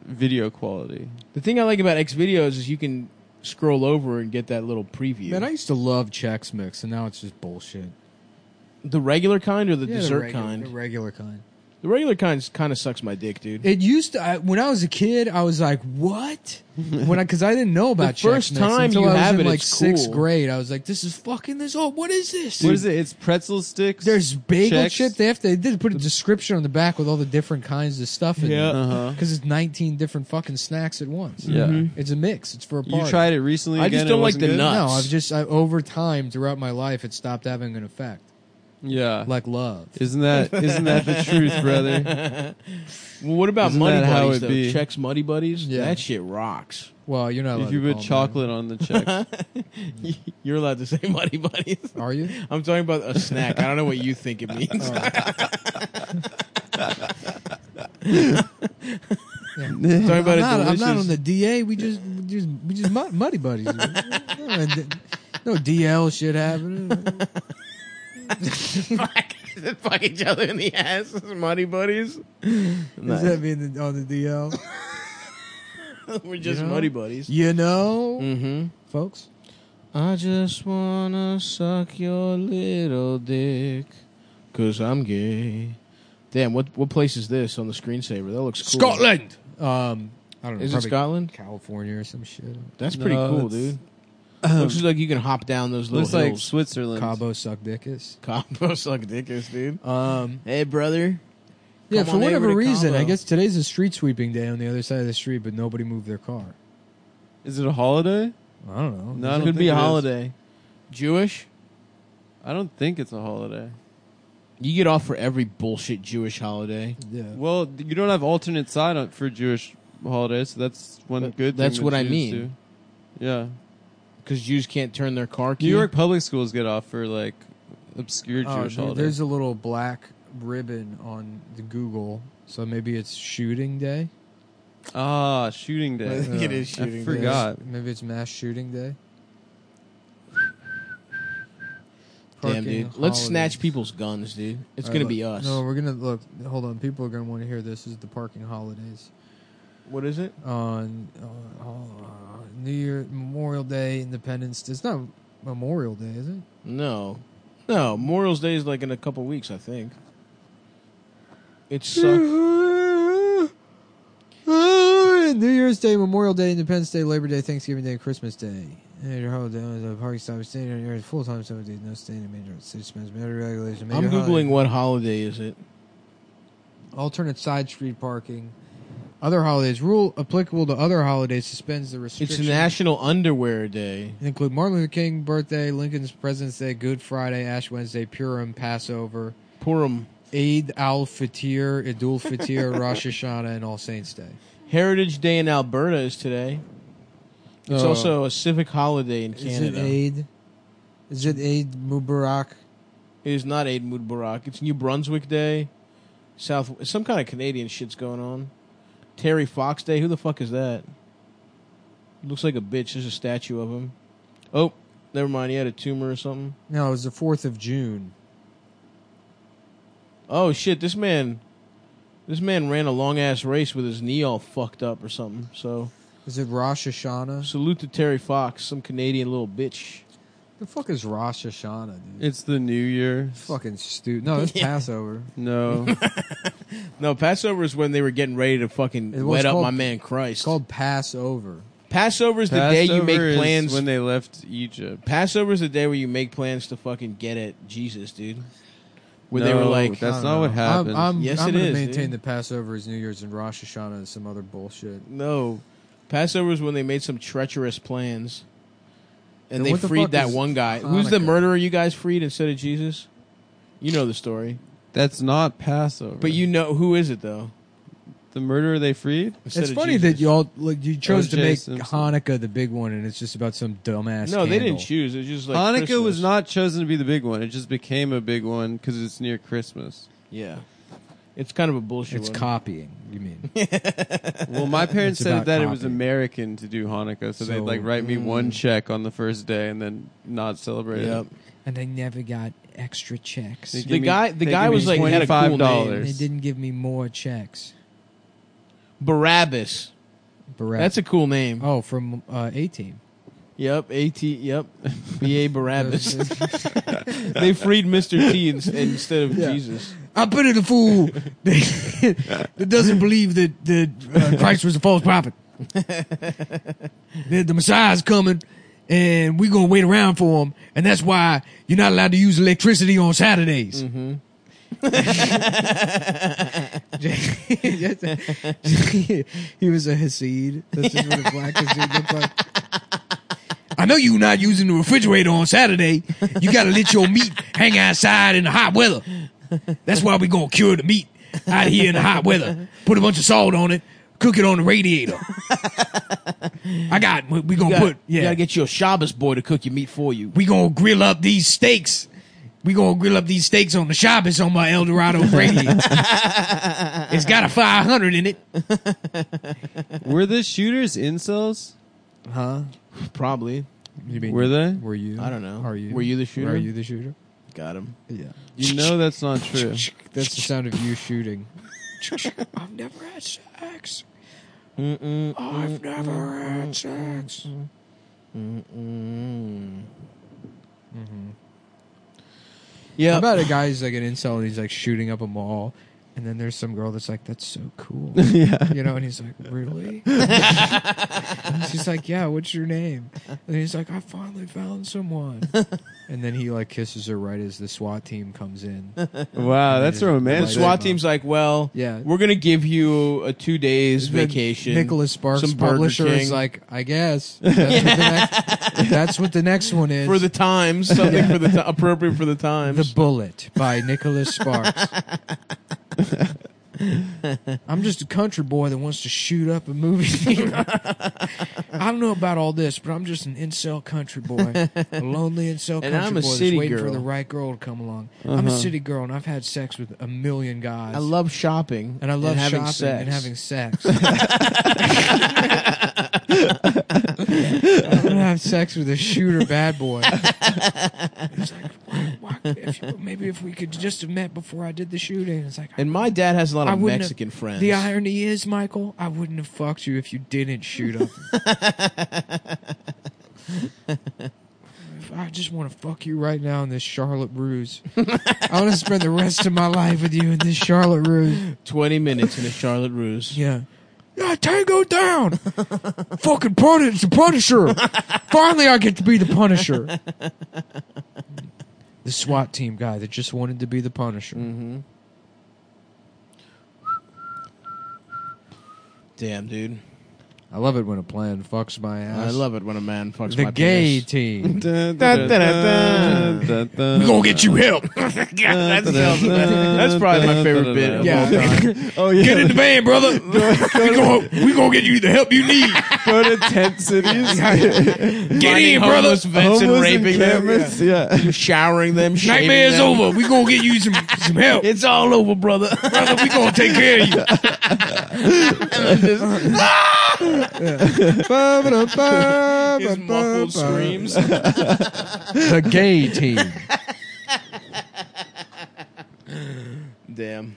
video quality.
The thing I like about X videos is you can scroll over and get that little preview.
Man, I used to love Chex Mix, and now it's just bullshit.
the regular kind or the
Yeah, the
dessert
regu-
kind?
The regular kind.
the regular kind kind of sucks my dick, dude.
It used to. I, when I was a kid, I was like, "What?" When I because I didn't know about Chex
first
Mix
time
until
you
I was
have
in
it,
like
it's
sixth
cool.
grade. I was like, "This is fucking this old. What is this?"
what is it? It's pretzel sticks.
There's bagel
Chex.
chip. They have to they did put a description on the back with all the different kinds of stuff in
Yeah.
there.
Uh-huh.
Because it's 19 different fucking snacks at once.
Yeah. Mhm.
It's a mix. It's for a party.
You tried it recently.
Mm-hmm. I
again,
just
it
don't like
wasn't
the
good?
nut.
No, I've just I, over time throughout my life it stopped having an effect.
Yeah.
Like love.
Isn't that isn't that the truth, brother?
well, what about
Isn't
Muddy
that how
Buddies
it
though?
be?
Chex Muddy Buddies,
Yeah.
that shit rocks.
Well, you're not.
if
allowed
you
to
put
call 'em
chocolate on the checks,
You're allowed to say Muddy Buddies.
that. are you?
I'm talking about a snack. I don't know what you think it means.
I'm,
talking about a
not, I'm not
delicious-
on the DA. We just we just we just mud, muddy buddies. no, DL shit happening.
Fuck each other in the ass, Muddy Buddies.
Does that mean that on the DL?
We're just
You know?
Muddy Buddies.
You know,
Mm-hmm.
folks.
I just wanna suck your little dick, cause I'm gay. Damn, what what place is this on the screensaver? That looks cool.
Um, I don't know.
Is it
probably
Scotland?
California or some shit.
That's pretty
No,
cool,
it's-
dude. looks like you can hop down those little
looks like
hills.
Switzerland.
Cabo suck dickus.
Combo suck dickers, dude.
Um,
Hey, brother.
yeah,
Come
for
on over
whatever
to
reason, I
Cabo.
guess today's a street sweeping day on the other side of the street, but nobody moved their car.
Is it a holiday?
I don't know.
No, I don't
Could
think
be
it
a
is.
holiday. Jewish?
I don't think it's a holiday.
You get off for every bullshit Jewish holiday.
Yeah.
Well, th- you don't have alternate side on, for Jewish holidays, so that's one
But
good.
that's
thing that
what I
Jews
mean.
do. Yeah,
Because Jews can't turn their car key.
New York public schools get off for like obscure
Oh,
Jewish
dude,
holidays.
there's a little black ribbon on the Google, so maybe it's shooting day.
Ah, shooting
I
day.
think it is shooting.
I forgot.
Maybe it's mass shooting day.
Damn,
Parking
dude. Let's
holidays.
snatch people's guns, dude. It's
All right,
going to
look.
be us.
No, we're gonna look. Hold on, people are gonna want to hear this. This Is the parking holidays
What is it?
on uh, uh, New Year, Memorial Day, Independence? It's not Memorial Day, is it?
No. No, Memorial Day is like in a couple weeks, I think. It sucks.
Ah, New Year's Day, Memorial Day, Independence Day, Labor Day, Thanksgiving Day, Christmas Day. Major holidays, uh, parking stop, staying on your full time seven days, no staying in major city spends, major regulation. Major
I'm
holiday-
Googling what holiday is it.
alternate side street parking. Other holidays rule applicable to other holidays suspends the
It's
restriction.
National Underwear Day.
include Martin Luther King birthday, Lincoln's President's Day, Good Friday, Ash Wednesday, Purim, Passover,
Purim.
Eid al Fitr, Eid al Fitr, Rosh Hashanah, and All Saints Day.
Heritage Day in Alberta is today. It's
Oh.
also a civic holiday in
Is it
Canada. It
Eid? Is it Eid Mubarak?
is not Aid Mubarak. It's New Brunswick Day. South some kind of Canadian shit's going on. Terry Fox Day. Who the fuck is that? Looks like a bitch. There's a statue of him. Oh, never mind. He had a tumor or something.
No, it was the 4th of June.
oh shit, this man, this man ran a long ass race with his knee all fucked up or something. So
Is it Rosh Hashanah?
salute to Terry Fox, some Canadian little bitch.
The fuck is Rosh Hashanah, dude?
It's the New Year.
It's fucking stupid. No, it's Passover.
No,
No, Passover is when they were getting ready to fucking
It was
wet up
called-
my man Christ.
It's called Passover.
Passover is the day you
Passover
make
is
plans.
when they left Egypt.
Passover is the day where you make plans to fucking get at Jesus, dude. Where they were
No,
like,
that's
I don't
not what
know.
happened.
I'm, I'm,
Yes,
I'm
it
gonna
is,
maintain
dude.
that Passover is New Year's and Rosh Hashanah is some other bullshit.
no. Passover is when they made some treacherous plans, and
Then
they
what the fuck
freed that
is
one guy. Who's the
Hanukkah?
murderer you guys freed instead of Jesus? You know the story,
That's not Passover.
but you know who is it though?
the murderer they freed.
Instead
it's
of
funny
Jesus. Oh,
that y'all like you chose to
O.J.
make
Simpson.
Hanukkah the big one, and it's just about some dumbass.
No, they
candle.
didn't choose. It was just like
Hanukkah
Christmas.
was not chosen to be the big one. It just became a big one because it's near Christmas.
Yeah, it's kind of a bullshit.
It's
one.
copying. You mean?
Well, my parents
It's
said
about
that it was
copy.
American to do Hanukkah, so, mm. they'd
So-
like write me one check on the first day and then not celebrate
Yep.
it.
and they never got extra checks.
They
They,
give
The
me-
guy- the
they
guy
give me
was, like, had a cool
$25.
didn't give me more checks.
Barabbas.
Barrett.
That's a cool name.
oh from uh, A Team.
Yep, AT, yep. B.A. Barabbas. they freed Mr. T ins- instead of Jesus.
I pity the fool that, that doesn't believe that that uh, Christ was a false prophet. that the Messiah's coming, and we're gonna wait around for him, and that's why you're not allowed to use electricity on Saturdays. he was a Hasid. This is what a black Hasid looked like. I know you're not using the refrigerator on Saturday. You gotta let your meat hang outside in the hot weather. That's why we gonna cure the meat out here in the hot weather. Put a bunch of salt on it, cook it on the radiator. I got. We, we gonna
You gotta,
put.
you
Yeah,
gotta get your Shabbos boy to cook your meat for you.
we gonna grill up these steaks. We gonna grill up these steaks on the Shabbos on my Eldorado radiator. it's got a five hundred in it.
Were the shooters incels?
Probably.
You mean
Were they?
Were you?
I don't know.
Are you?
Were you the shooter?
Are you the shooter?
Got him.
Yeah.
You know that's not true.
That's the sound of you shooting. I've never had sex. I've never had sex. Mm-hmm.
Yeah.
How about a guy who's like an incel and he's like shooting up a mall, and then there's some girl that's like, "That's so cool," yeah. you know, and he's like, "Really?" And she's like, "Yeah, what's your name?" And he's like, "I finally found someone." and then he like kisses her right as the SWAT team comes in.
Wow, that's
the
romantic.
SWAT team's like, well,
Yeah.
we're gonna give you a two days vacation.
Nicholas Sparks,
some Burger
publisher, is
King.
like, "I guess that's, what, the next, that's what the next one is."
for the times, something for the ti- appropriate for the times.
The Bullet by Nicholas Sparks. I'm just a country boy that wants to shoot up a movie theater. I don't know about all this, but I'm just an incel country boy, a lonely incel
And
country
I'm a
boy that's
city
waiting for
girl. Uh-huh.
the right girl to come along. I'm a city girl, and I've had sex with a million guys.
I love shopping
and I love
having
shopping
sex.
and having sex. I'm gonna have sex with a shooter bad boy. It's like, why, why, if you- maybe if we could just have met before I did the shooting. It's like,
and my dad has a lot
I
of
wouldn't have-
Mexican friends.
the irony is, Michael, I wouldn't have fucked you if you didn't shoot up. I just want to fuck you right now in this Charlotte ruse. I want to spend the rest of my life with you in this Charlotte ruse.
Twenty minutes in a Charlotte ruse.
Yeah. Yeah, Tango down. Fucking pun- it's the Punisher. Finally, I get to be the Punisher. the SWAT team guy that just wanted to be the Punisher.
Mm-hmm. Damn, dude.
I love it when a plan fucks my ass.
I love it when a man fucks
The
my
gay
penis.
team.
Dun, dun, dun, dun, dun.
We're gonna get you help.
Yeah, that's, that's probably my favorite bit. Of all time.
Oh yeah.
Get in the van, brother. We're gonna, we gonna get you the help you need.
Go to tent cities.
Get
Finding
in, brother.
homeless vets and
Homeless
raping them,
encampments, Yeah.
showering them, shaving
Nightmare's
them.
over. We gonna get you some, some help.
It's all over, brother.
brother, we gonna take care of you.
His muffled screams.
The gay team.
am.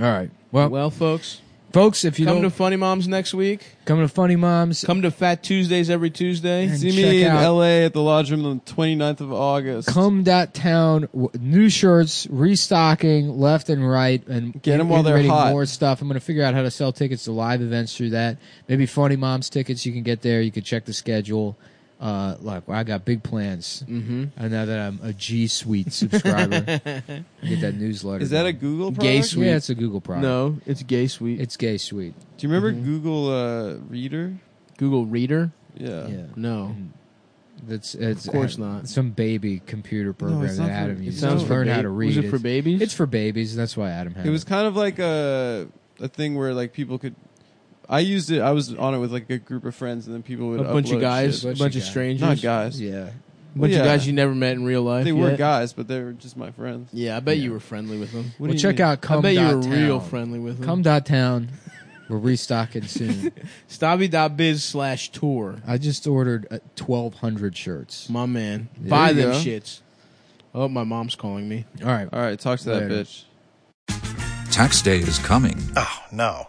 All right. Well,
Well, folks,
folks, if you
come
don't
to Funny Moms next week.
come to Funny Moms,
Come to Fat Tuesdays every Tuesday.
And
See
check
me in
out-
LA at the Lodge Room on the 29th of August.
come that town. w- New shirts, restocking left and right, and
Get 'em while they're
integrating
hot.
More stuff. I'm going to figure out how to sell tickets to live events through that. Maybe Funny Moms tickets you can get there. You can check the schedule. Uh, like I got big plans. Mm-hmm. And now that I'm a G Suite subscriber, get that newsletter.
Is that a
going.
Google product?
Gay
Do
Suite.
Yeah, it's a Google product.
No, it's Gay Suite.
it's Gay Suite.
you remember
Mm-hmm.
Google uh, Reader?
Google Reader.
Yeah.
Yeah.
No,
That's it's
Of course not.
Some baby computer program
it's
that
not for-
Adam
it
uses.
sounds
to
for
learn how
ba-
to
was
read.
it for
It's-
babies?
It's for babies. and That's why Adam had
It was kind of like a a thing where like people could. I used it. I was on it with like a group of friends, and then people would
a bunch of
upload
guys,
shit.
a bunch of
guys.
strangers,
not guys.
yeah.
a bunch
Yeah.
of guys you never met in real life.
They were
yet.
guys, but they were just my friends.
Yeah, I bet you were friendly with them.
well,
What do you
check
mean?
out come.
I bet you
dot
were
town.
real friendly with them.
Mm-hmm. Come dot town. We're restocking soon.
Stabby.biz slash tour.
I just ordered uh, twelve hundred shirts.
My man.
There
Buy
you
them
go.
shits. Oh, my mom's calling me.
All right.
All right, talk to that
Later.
bitch.
Tax day is coming,
Oh, no.